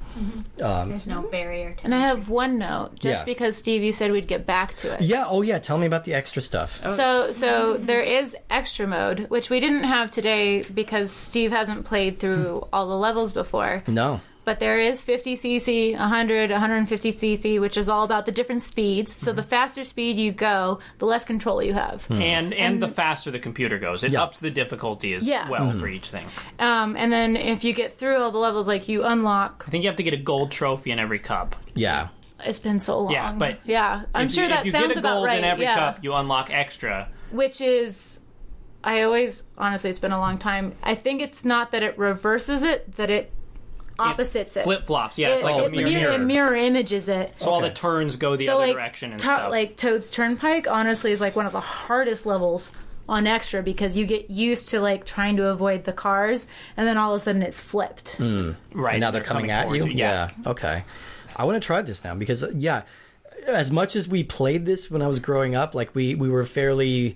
Speaker 4: There's no barrier to
Speaker 2: And I have one note, just
Speaker 1: Yeah.
Speaker 2: because Stevie said we'd get back to it.
Speaker 1: Yeah. Oh yeah. Tell me about the extra stuff.
Speaker 2: So, so there is extra mode, which we didn't have today because Steve hasn't played through
Speaker 1: Hmm.
Speaker 2: all the levels before.
Speaker 1: No.
Speaker 2: But there is 50cc, 100, 150cc, which is all about the different speeds. So
Speaker 1: Hmm.
Speaker 2: the faster speed you go, the less control you have.
Speaker 3: and, and the faster the computer goes, it
Speaker 1: Yeah. Mm-hmm.
Speaker 3: ups the difficulty as
Speaker 2: Yeah.
Speaker 3: well for each thing.
Speaker 2: Um, and then if you get through all the levels, like you unlock.
Speaker 3: I think you have to get a gold trophy in every cup.
Speaker 1: Yeah.
Speaker 2: It's been so long.
Speaker 3: Yeah, but
Speaker 2: yeah, I'm
Speaker 3: If you-
Speaker 2: sure that
Speaker 3: if you
Speaker 2: sounds
Speaker 3: get a
Speaker 2: about
Speaker 3: gold
Speaker 2: right.
Speaker 3: in every
Speaker 2: yeah.
Speaker 3: cup, you unlock extra.
Speaker 2: which is I always honestly it's been a long time. I think it's not that it reverses it, that it opposites it.
Speaker 3: Flip flops. Yeah,
Speaker 2: It,
Speaker 3: it's like
Speaker 2: it's
Speaker 3: a mirror.
Speaker 2: mirror, it mirror images it.
Speaker 3: So all the turns go the
Speaker 2: so
Speaker 3: other
Speaker 2: like
Speaker 3: direction and
Speaker 2: to-
Speaker 3: stuff.
Speaker 2: like Toad's Turnpike honestly is like one of the hardest levels on extra because you get used to like trying to avoid the cars and then all of a sudden it's flipped.
Speaker 3: Hmm. right
Speaker 1: and now they're, coming, at
Speaker 3: towards
Speaker 1: you. Yeah. Okay. I want to try this now because uh, yeah, as much as we played this when I was growing up, like we we were fairly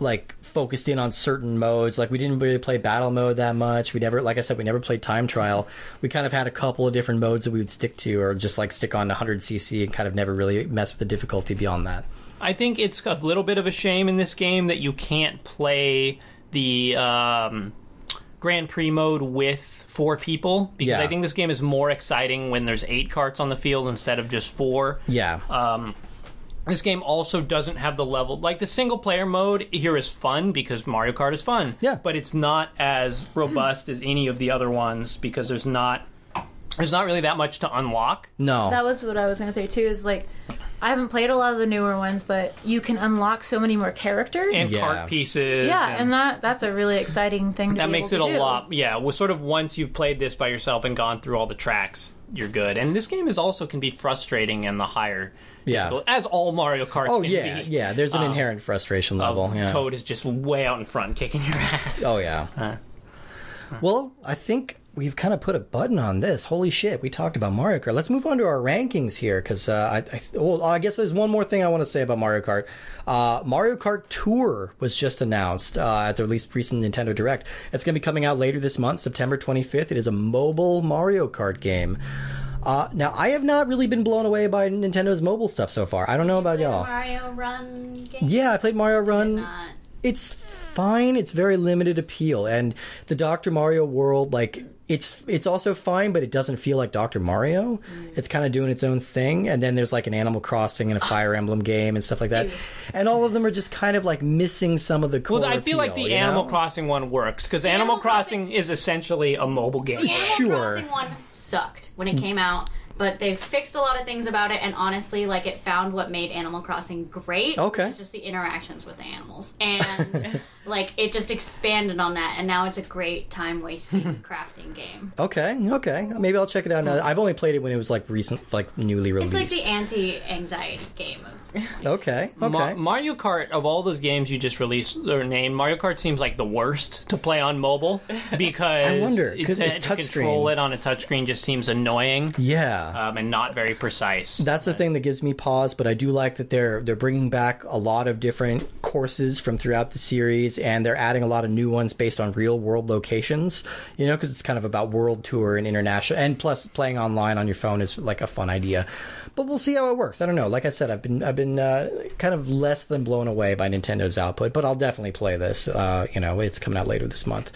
Speaker 1: like focused in on certain modes. Like we didn't really play battle mode that much. We never, like I said, we never played time trial. We kind of had a couple of different modes that we would stick to, or just like stick on 100 cc and kind of never really mess with the difficulty beyond that.
Speaker 3: I think it's a little bit of a shame in this game that you can't play the um, Grand Prix mode with four people because
Speaker 1: Yeah.
Speaker 3: I think this game is more exciting when there's eight carts on the field instead of just four.
Speaker 1: Yeah.
Speaker 3: Um, this game also doesn't have the level like the single player mode here is fun because Mario Kart is fun.
Speaker 1: Yeah.
Speaker 3: But it's not as robust as any of the other ones because there's not there's not really that much to unlock.
Speaker 1: no.
Speaker 2: That was what I was gonna say too. Is like I haven't played a lot of the newer ones, but you can unlock so many more characters.
Speaker 3: and
Speaker 1: Yeah.
Speaker 3: cart pieces.
Speaker 2: yeah, and that that's a really exciting thing. To
Speaker 3: that
Speaker 2: be
Speaker 3: makes it
Speaker 2: able
Speaker 3: a
Speaker 2: to do.
Speaker 3: lot. Yeah, well, sort of once you've played this by yourself and gone through all the tracks, you're good. And this game is also can be frustrating in the higher,
Speaker 1: Yeah.
Speaker 3: difficult- as all Mario Karts.
Speaker 1: Oh
Speaker 3: can
Speaker 1: yeah,
Speaker 3: be.
Speaker 1: yeah. There's an
Speaker 3: (laughs) Um,
Speaker 1: inherent frustration
Speaker 3: Of
Speaker 1: level. Yeah.
Speaker 3: Toad is just way out in front, kicking your ass.
Speaker 1: Oh yeah. Well, I think we've kind of put a button on this. Holy shit, we talked about Mario Kart. Let's move on to our rankings here, because uh, I, I well, I guess there's one more thing I want to say about Mario Kart. Uh, Mario Kart Tour was just announced uh, at the least recent Nintendo Direct. It's going to be coming out later this month, September 25th. It is a mobile Mario Kart game. Uh, now, I have not really been blown away by Nintendo's mobile stuff so far. I don't know about y'all.
Speaker 4: Mario Run game.
Speaker 1: Yeah, I played Mario Run
Speaker 4: Not.
Speaker 1: it's fine. It's very limited appeal, and the Doctor Mario world, like it's it's also fine, but it doesn't feel like Doctor Mario.
Speaker 3: Mm.
Speaker 1: It's kind of doing its own thing, and then there's like an Animal Crossing
Speaker 3: Ah.
Speaker 1: and a Fire Emblem game and stuff like that, and all of them are just kind of like missing some of the core.
Speaker 3: Well, I feel like
Speaker 1: appeal,
Speaker 3: the
Speaker 1: you
Speaker 3: Animal
Speaker 1: know?
Speaker 3: Crossing one works because Animal
Speaker 4: Animal Crossing-
Speaker 3: Crossing is essentially a mobile game.
Speaker 4: The Animal
Speaker 1: Sure. Hmm.
Speaker 4: Crossing one sucked when it came out, but they've fixed a lot of things about it, and honestly, like it found what made Animal Crossing great.
Speaker 1: Okay.
Speaker 4: which is just the interactions with
Speaker 1: (laughs)
Speaker 4: the animals, and like it just expanded on that, and now it's a great time wasting
Speaker 1: (laughs)
Speaker 4: crafting game.
Speaker 1: Okay, okay, maybe I'll check it out.
Speaker 3: Mm.
Speaker 1: Now. I've only played it when it was like recent, like newly
Speaker 4: It's
Speaker 1: released.
Speaker 4: like the anti-anxiety game. Of,
Speaker 1: okay, okay.
Speaker 3: Ma- Mario Kart of all those games you just released or named, Mario Kart seems like the worst to play on mobile because
Speaker 1: I wonder, 'cause
Speaker 3: to,
Speaker 1: it's
Speaker 3: to control
Speaker 1: touchscreen.
Speaker 3: it on a touchscreen just seems annoying
Speaker 1: yeah.
Speaker 3: um, and not very precise.
Speaker 1: That's the thing that gives me pause, but I do like that they're they're bringing back a lot of different courses from throughout the series, and they're adding a lot of new ones based on real world locations. You know, because it's kind of about world tour and international, and plus playing online on your phone is like a fun idea. But we'll see how it works. I don't know. Like I said, I've been I've been uh, kind of less than blown away by Nintendo's output, but I'll definitely play this. Uh, you know, it's coming out later this month.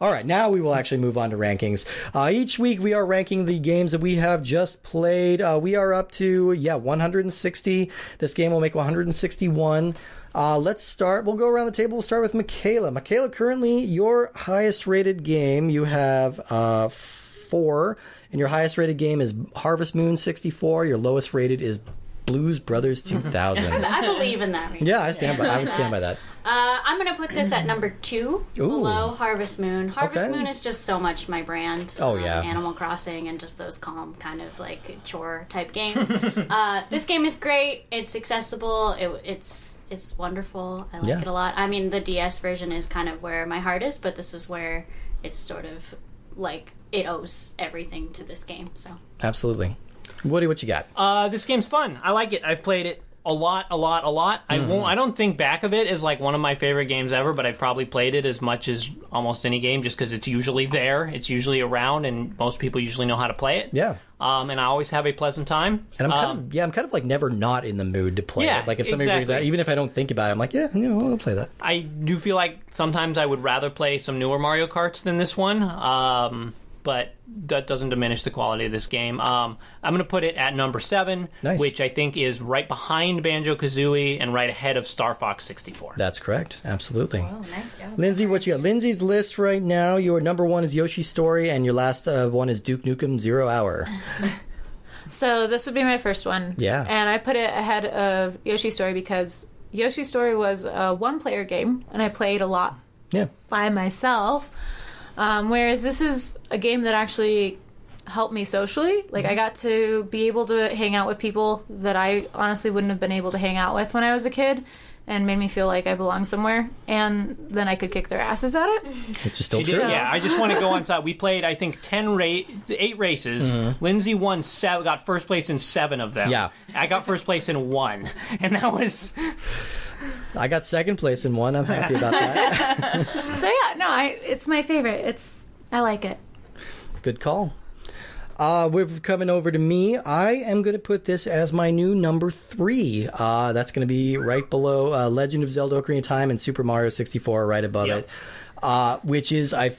Speaker 1: All right, now we will actually move on to rankings. Uh, each week we are ranking the games that we have just played. Uh, we are up to yeah 160. This game will make 161. Uh, let's start. We'll go around the table. We'll start with Michaela. Michaela, currently your highest rated game you have uh, four, and your highest rated game is Harvest Moon 64. Your lowest rated is Blues Brothers
Speaker 4: (laughs)
Speaker 1: 2000.
Speaker 4: I believe in
Speaker 1: (laughs)
Speaker 4: that.
Speaker 1: yeah, I stand by. I would stand by that.
Speaker 4: Uh, I'm gonna put this at number two
Speaker 1: Ooh.
Speaker 4: below Harvest Moon. Harvest
Speaker 1: Okay.
Speaker 4: Moon is just so much my brand. Um,
Speaker 1: Oh, yeah.
Speaker 4: Animal Crossing and just those calm kind of like chore type games. uh, this game is great. It's accessible. It, it's it's wonderful. I like
Speaker 1: Yeah.
Speaker 4: it a lot. I mean, the DS version is kind of where my heart is, but this is where it's sort of like it owes everything to this game. So
Speaker 1: Absolutely. Woody, what you got?
Speaker 3: Uh, this game's fun. I like it. I've played it a lot, a lot, a lot.
Speaker 1: Mm-hmm.
Speaker 3: I won't. I don't think back of it as like one of my favorite games ever, but I've probably played it as much as almost any game, just because it's usually there, it's usually around, and most people usually know how to play it.
Speaker 1: Yeah.
Speaker 3: Um, and I always have a pleasant time.
Speaker 1: And I'm kind
Speaker 3: Um,
Speaker 1: of yeah, I'm kind of like never not in the mood to play
Speaker 3: Yeah,
Speaker 1: it. Like if somebody brings that,
Speaker 3: exactly.
Speaker 1: even if I don't think about it, I'm like, yeah, yeah, I'll play that.
Speaker 3: I do feel like sometimes I would rather play some newer Mario Karts than this one, um, but that doesn't diminish the quality of this game. Um, I'm going to put it at number seven,
Speaker 1: Nice.
Speaker 3: which I think is right behind Banjo Kazooie and right ahead of Star Fox 64.
Speaker 1: That's correct. Absolutely.
Speaker 4: oh, nice job.
Speaker 1: Lindsay, what you got? Lindsay's list right now. Your number one is Yoshi's Story, and your last uh, one is Duke Nukem Zero Hour.
Speaker 2: So this would be my first one.
Speaker 1: Yeah.
Speaker 2: And I put it ahead of Yoshi's Story because Yoshi's Story was a one-player game, and I played a lot
Speaker 1: Yeah.
Speaker 2: by myself. Um, whereas this is a game that actually helped me socially. Like I got to be able to hang out with people that I honestly wouldn't have been able to hang out with when I was a kid. And made me feel like I belonged somewhere, and then I could kick their asses at
Speaker 3: (laughs)
Speaker 2: it.
Speaker 1: It's just still
Speaker 3: You did-
Speaker 1: true.
Speaker 3: Yeah, I just want to go on side. We played, I think, ten ra- eight races. Lindsay won seven, got first place in seven of them.
Speaker 1: Mm-hmm. Yeah.
Speaker 3: I got first place in one, (laughs) and that was
Speaker 1: I got second place in one. I'm happy about
Speaker 3: (laughs)
Speaker 1: that.
Speaker 2: So yeah, no, I, it's my favorite. It's I like it.
Speaker 1: Good call. Uh, we're coming over to me. I am going to put this as my new number three. Uh, that's going to be right below uh, Legend of Zelda: Ocarina of Time and Super Mario 64, right above
Speaker 3: Yep.
Speaker 1: it. Uh, which is I,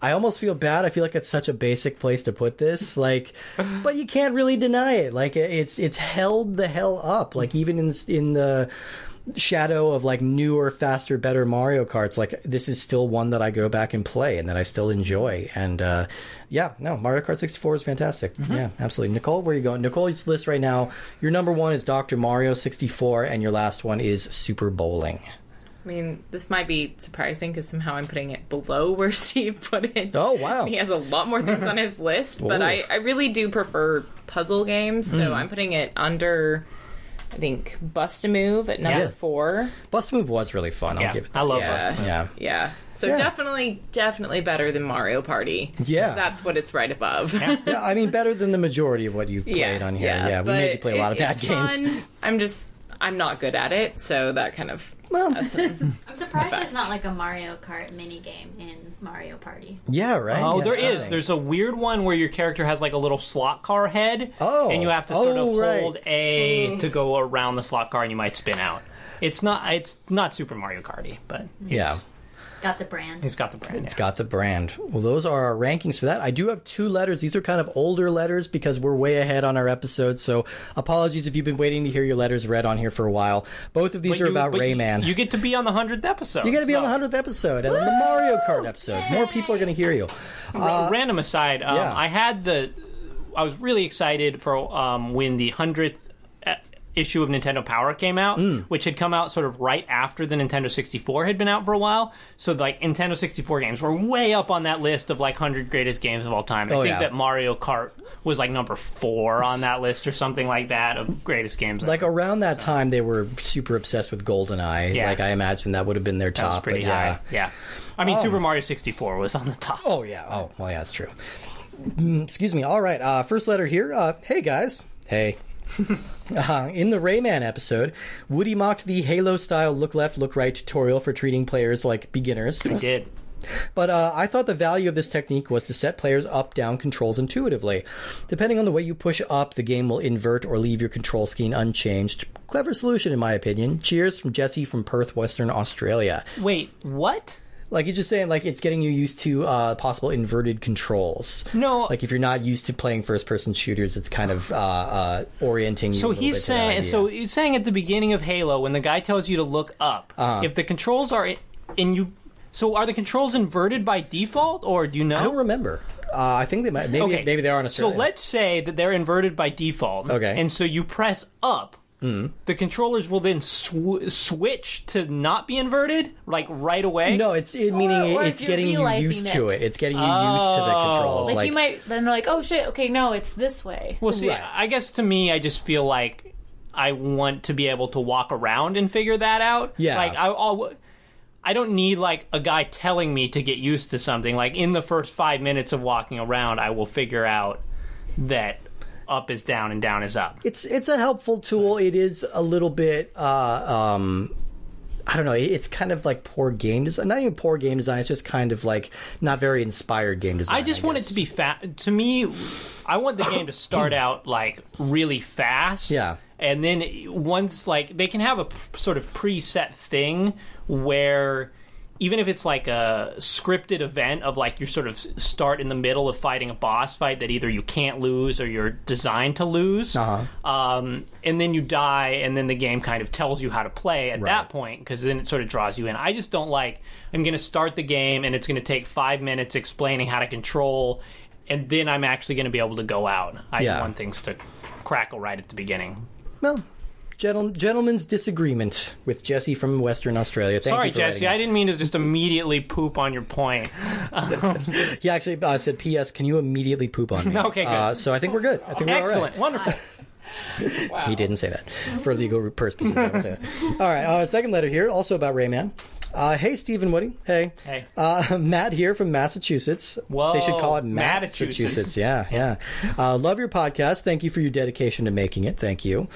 Speaker 1: I almost feel bad. I feel like it's such a basic place to put this. Like, but you can't really deny it. Like it's it's held the hell up. Like even in in the shadow of like newer, faster, better Mario Karts, like this is still one that I go back and play and that I still enjoy. And uh, yeah, no, Mario Kart 64 is fantastic. Yeah, absolutely. Nicole, where are you going? Nicole's list right now. Your number one is Dr. Mario 64, and your last one is Super Bowling.
Speaker 5: I mean, this might be surprising because somehow I'm putting it below (laughs) where Steve put it.
Speaker 1: Oh, wow.
Speaker 5: He has a lot more things on his list, but
Speaker 1: Ooh.
Speaker 5: I, I really do prefer puzzle games,
Speaker 3: Hmm.
Speaker 5: so I'm putting it under, I think, Bust a Move at number
Speaker 1: Yeah.
Speaker 5: four.
Speaker 1: Bust Move was really fun. I'll
Speaker 3: Yeah,
Speaker 1: give it
Speaker 3: I
Speaker 1: that.
Speaker 3: love
Speaker 5: Yeah.
Speaker 3: Bust.
Speaker 1: Yeah.
Speaker 5: Yeah. So
Speaker 1: Yeah.
Speaker 5: definitely, definitely better than Mario Party. 'Cause
Speaker 1: Yeah.
Speaker 5: That's what it's right above.
Speaker 1: Yeah, I mean, better than the majority of what you've played on here. Yeah, we made
Speaker 5: but
Speaker 1: you play a lot
Speaker 5: it-
Speaker 1: of bad
Speaker 5: it's
Speaker 1: games.
Speaker 5: fun. I'm just, I'm not good at it, so that
Speaker 1: (laughs)
Speaker 5: kind of.
Speaker 1: Well,
Speaker 5: that's some-
Speaker 4: I'm surprised there's
Speaker 5: Fact.
Speaker 4: not like a Mario Kart mini game in Mario Party.
Speaker 1: yeah, right.
Speaker 3: Oh,
Speaker 1: Yeah,
Speaker 3: there is.
Speaker 1: something.
Speaker 3: There's a weird one where your character has like a little slot car head.
Speaker 1: Oh.
Speaker 3: And you have to sort
Speaker 1: Oh,
Speaker 3: of
Speaker 1: right. Hmm.
Speaker 3: hold A to go around the slot car, and you might spin out. It's not. It's not Super Mario Karty, but it's,
Speaker 1: Yeah.
Speaker 4: Got the brand.
Speaker 3: he's got the brand.
Speaker 1: It's
Speaker 3: yeah.
Speaker 1: got the brand. Well, those are our rankings for that. I do have two letters. These are kind of older letters because we're way ahead on our episode. So apologies if you've been waiting to hear your letters read on here for a while. Both of these
Speaker 3: But
Speaker 1: are
Speaker 3: you-
Speaker 1: about
Speaker 3: but you-
Speaker 1: Rayman.
Speaker 3: You,
Speaker 1: You,
Speaker 3: get to be on the hundredth episode.
Speaker 1: got to be on the
Speaker 3: so-
Speaker 1: hundredth episode and then the Mario Kart episode. More people are going to hear you.
Speaker 3: Ra- random aside, um,
Speaker 1: Uh, yeah.
Speaker 3: I had the. I was really excited for um, when the hundredth uh, issue of Nintendo Power came out,
Speaker 1: Mm.
Speaker 3: which had come out sort of right after the Nintendo 64 had been out for a while. So like Nintendo 64 games were way up on that list of like 100 greatest games of all time. I
Speaker 1: Oh,
Speaker 3: think
Speaker 1: yeah.
Speaker 3: that Mario Kart was like number 4 on that list or something like that of greatest games.
Speaker 1: Like around that time, they were super obsessed with GoldenEye.
Speaker 3: Yeah.
Speaker 1: Like I imagine that would have been their
Speaker 3: that
Speaker 1: top.
Speaker 3: was pretty
Speaker 1: but yeah.
Speaker 3: high. Yeah. I mean Super Mario 64 was on the top.
Speaker 1: Oh yeah. Oh well, yeah, that's true. Mm, excuse me. All right. Uh, first letter here. Uh, hey guys. Hey. (laughs) Uh, in the Rayman episode, Woody mocked the Halo style look left, look right tutorial for treating players like beginners.
Speaker 3: I did.
Speaker 1: But uh, I thought the value of this technique was to set players up down controls intuitively. Depending on the way you push up, the game will invert or leave your control scheme unchanged. Clever solution, in my opinion. Cheers from Jesse from Perth, Western Australia.
Speaker 3: Wait, what?
Speaker 1: Like you're just saying, like it's getting you used to uh, possible inverted controls.
Speaker 3: No.
Speaker 1: like if you're not used to playing first-person shooters, it's kind of uh, uh, orienting you. a
Speaker 3: So
Speaker 1: little bit
Speaker 3: he's
Speaker 1: to that
Speaker 3: saying,
Speaker 1: idea.
Speaker 3: so he's saying at the beginning of Halo, when the guy tells you to look up,
Speaker 1: Uh-huh.
Speaker 3: if the controls are i- in you, so are the controls inverted by default, or do you know?
Speaker 1: I don't remember. Uh, I think they might. Maybe maybe they are on a
Speaker 3: So let's say that they're inverted by default.
Speaker 1: Okay. Hmm.
Speaker 3: and so you press up. The controllers will then sw- switch to not be inverted, like right away.
Speaker 1: No, it's it, meaning
Speaker 2: Or- or
Speaker 1: it's
Speaker 2: if you're
Speaker 1: getting you
Speaker 2: realizing
Speaker 1: used to
Speaker 2: it.
Speaker 1: it. It's getting you used to the
Speaker 3: Oh.
Speaker 1: controls.
Speaker 2: Like, you might then they're like, oh shit, okay, no, it's this way.
Speaker 3: Well, see,
Speaker 1: Right.
Speaker 3: I guess to me, I just feel like I want to be able to walk around and figure that out.
Speaker 1: Yeah.
Speaker 3: Like, I, I'll, I don't need, like, a guy telling me to get used to something. Like, in the first five minutes of walking around, I will figure out that up is down and down is up.
Speaker 1: it's it's a helpful tool. It is a little bit. Uh, um, I don't know. it- It's kind of like poor game design. Not even poor game design. It's just kind of like not very inspired game design.
Speaker 3: I just want it
Speaker 1: guess.
Speaker 3: to be fast. To me, I want the game to
Speaker 1: (coughs)
Speaker 3: start out like really fast.
Speaker 1: Yeah.
Speaker 3: And then once like they can have a p- sort of preset thing where even if it's like a scripted event of like you sort of s- start in the middle of fighting a boss fight that either you can't lose or you're designed to lose
Speaker 1: Uh-huh.
Speaker 3: um, and then you die and then the game kind of tells you how to play at that point because then it sort of draws you in i just don't like i'm going to start the game and it's going to take five minutes explaining how to control and then i'm actually going to be able to go out i
Speaker 1: Yeah.
Speaker 3: want things to crackle right at the beginning
Speaker 1: Well, gentle, gentleman's disagreement with Jesse from Western Australia. Thank
Speaker 3: sorry
Speaker 1: you for
Speaker 3: jesse i
Speaker 1: writing.
Speaker 3: didn't mean to just immediately poop on your point
Speaker 1: He actually uh, said, "P.S. Can you immediately poop on me?"
Speaker 3: (laughs) Okay, good.
Speaker 1: Uh, so I think we're good. I think we're all
Speaker 3: excellent
Speaker 1: right.
Speaker 3: wonderful
Speaker 1: He didn't say that for legal purposes. I would say that. All right. Uh, second letter here, also about Rayman. Uh, hey, Stephen Woody. Hey.
Speaker 3: Hey.
Speaker 1: Uh, (laughs) Matt here from Massachusetts.
Speaker 3: Whoa,
Speaker 1: They should call it
Speaker 3: Massachusetts.
Speaker 1: Massachusetts. Yeah, yeah. Uh, love your podcast. Thank you for your dedication to making it. Thank you.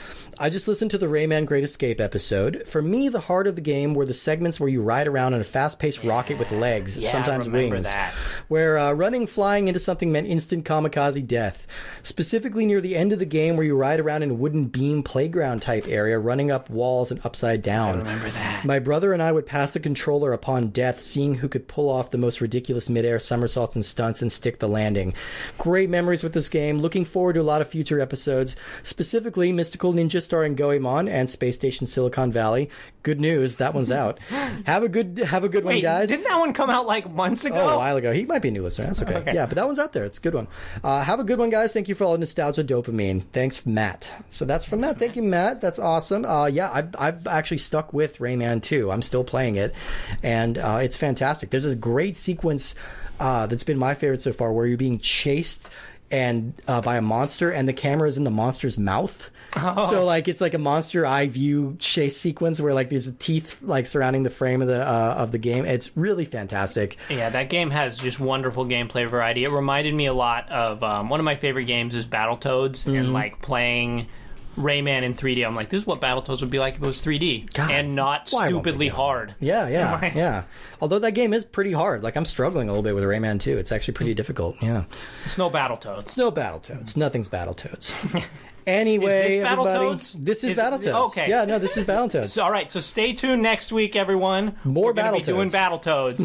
Speaker 1: I just listened to the Rayman Great Escape episode. For me, the heart of the game were the segments where you ride around in a fast-paced rocket with legs,
Speaker 3: Yeah, I
Speaker 1: sometimes
Speaker 3: remember
Speaker 1: wings
Speaker 3: that.
Speaker 1: where uh, running, flying into something meant instant kamikaze death. Specifically near the end of the game, where you ride around in a wooden beam playground type area, running up walls and upside down. remember that. My brother and I would pass the controller upon death, seeing who could pull off the most ridiculous midair somersaults and stunts and stick the landing. Great memories with this game. Looking forward to a lot of future episodes, specifically Mystical Ninja starring Goemon and Space Station Silicon Valley. Good news, that one's
Speaker 3: (laughs)
Speaker 1: out. have a good have a good one,
Speaker 3: Wait,
Speaker 1: guys.
Speaker 3: didn't that one come out like months ago?
Speaker 1: Oh, a while ago. He might be a new listener. That's okay. Yeah, but that one's out there. It's a good one. Uh, have a good one, guys. Thank you for all the nostalgia dopamine. Thanks, Matt. So that's from Matt. Thank you, Matt. That's awesome. Uh, yeah, I've, I've actually stuck with Rayman 2. I'm still playing it, and uh, it's fantastic. There's this great sequence uh, that's been my favorite so far where you're being chased. And uh, by a monster, and the camera is in the monster's mouth. So like it's like a monster eye view chase sequence where like there's teeth like surrounding the frame of the uh, of the game. It's really fantastic.
Speaker 3: Yeah, that game has just wonderful gameplay variety. It reminded me a lot of um, one of my favorite games is Battletoads,
Speaker 1: Mm-hmm.
Speaker 3: and like playing Rayman in 3D. I'm like, this is what Battletoads would be like if it was 3D
Speaker 1: God,
Speaker 3: and not
Speaker 1: why won't they
Speaker 3: stupidly hard. (laughs)
Speaker 1: Yeah, yeah,
Speaker 3: Right.
Speaker 1: yeah. Although that game is pretty hard. Like I'm struggling a little bit with Rayman too. It's actually pretty difficult. Yeah.
Speaker 3: It's no Battletoads.
Speaker 1: It's no Battletoads. Nothing's
Speaker 3: (laughs)
Speaker 1: Battletoads. anyway,
Speaker 3: Is this
Speaker 1: everybody,
Speaker 3: Battletoads?
Speaker 1: this is,
Speaker 3: Is-
Speaker 1: Battletoads.
Speaker 3: okay.
Speaker 1: Yeah, no, this is Battletoads.
Speaker 3: (laughs) So, all right, so stay tuned next week, everyone.
Speaker 1: More
Speaker 3: We're gonna Be
Speaker 1: Battletoads. (laughs)
Speaker 3: doing Battletoads.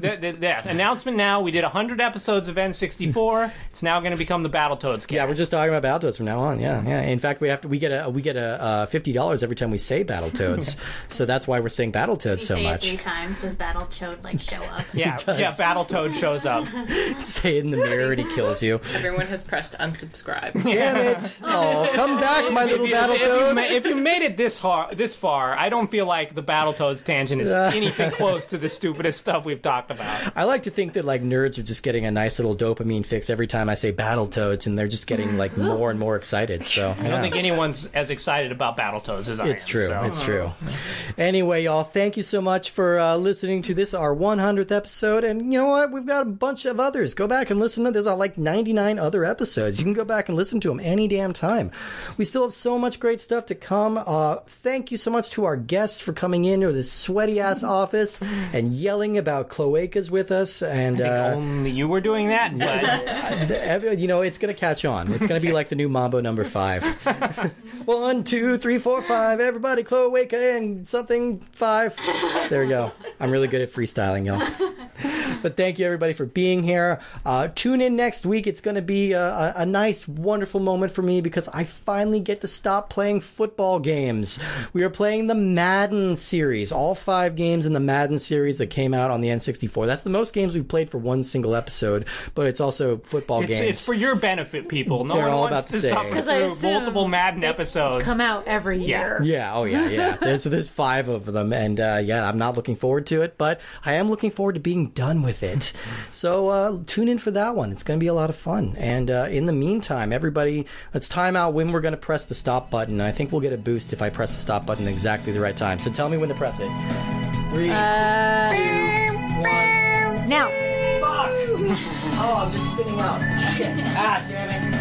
Speaker 3: the, the, the announcement now. We did 100 episodes of N64. It's now going to become the Battletoads game.
Speaker 1: yeah, we're just talking about Battletoads from now on. Yeah, yeah. In fact, we have to. We get a. We get a uh, fifty dollars every time we say
Speaker 3: (laughs)
Speaker 1: Battletoads. so that's why we're saying Battletoads
Speaker 4: You
Speaker 1: so
Speaker 4: say it
Speaker 1: much.
Speaker 4: three times. Does Battle Chode like show up?
Speaker 3: yeah, yeah. Battletoad shows up.
Speaker 1: (laughs) say it in the mirror and he kills
Speaker 3: (laughs)
Speaker 1: you.
Speaker 5: Everyone has pressed unsubscribe.
Speaker 1: Damn it! Oh, come back, my little
Speaker 3: If you- if you ma-
Speaker 1: Battletoads.
Speaker 3: If you made it this far, this far, I don't feel like the Battletoads tangent
Speaker 1: (laughs)
Speaker 3: is anything close to the stupidest stuff we've talked about.
Speaker 1: I like to think that like nerds are just getting a nice little dopamine fix every time I say Battletoads, and they're just getting like
Speaker 3: (laughs)
Speaker 1: more and more excited. So
Speaker 3: I don't think anyone's as excited about Battletoads as I am.
Speaker 1: it's true.
Speaker 3: so. uh,
Speaker 1: It's true. Anyway, y'all, thank you so much for uh, listening to this our 100th episode. And you know what? We've got a bunch of others. Go back and listen to there's uh, like 99 other episodes. You can go back and listen to them any damn time. We still have so much great stuff to come. Uh, thank you so much to our guests for coming in to this sweaty ass office and yelling about cloacas with us. And
Speaker 3: I
Speaker 1: uh,
Speaker 3: think only you were doing that, but
Speaker 1: the- you know, it's going to catch on. It's going to be like the new Mambo number five. One, two, three, four, five. Everybody, Cloaca and something five. There we go. I'm really good at freestyling, y'all. But thank you, everybody, for being here. Uh, tune in next week. It's going to be a, a, a nice, wonderful moment for me because I finally get to stop playing football games. We are playing the Madden series, all five games in the Madden series that came out on the N64. That's the most games we've played for one single episode, but it's also football
Speaker 3: it's,
Speaker 1: games.
Speaker 3: it's for your benefit, people. No
Speaker 1: They're
Speaker 3: one
Speaker 1: all
Speaker 3: wants
Speaker 1: about the
Speaker 3: to
Speaker 1: same.
Speaker 3: suffer
Speaker 2: 'Cause I
Speaker 3: through
Speaker 2: assume
Speaker 3: multiple Madden episodes.
Speaker 2: Come out every year.
Speaker 1: Yeah. Oh, yeah. Yeah. There's there's five of them, and uh, yeah, I'm not looking forward to it, but I am looking forward to being done with it. So uh, tune in for that one. It's going to be a lot of fun. And uh, in the meantime, everybody, it's time out when we're going to press the stop button. And I think we'll get a boost if I press the stop button exactly the right time. So tell me when to press it. Three.
Speaker 2: Now.
Speaker 1: Fuck! Oh, I'm just spinning out. Shit. Ah, damn it.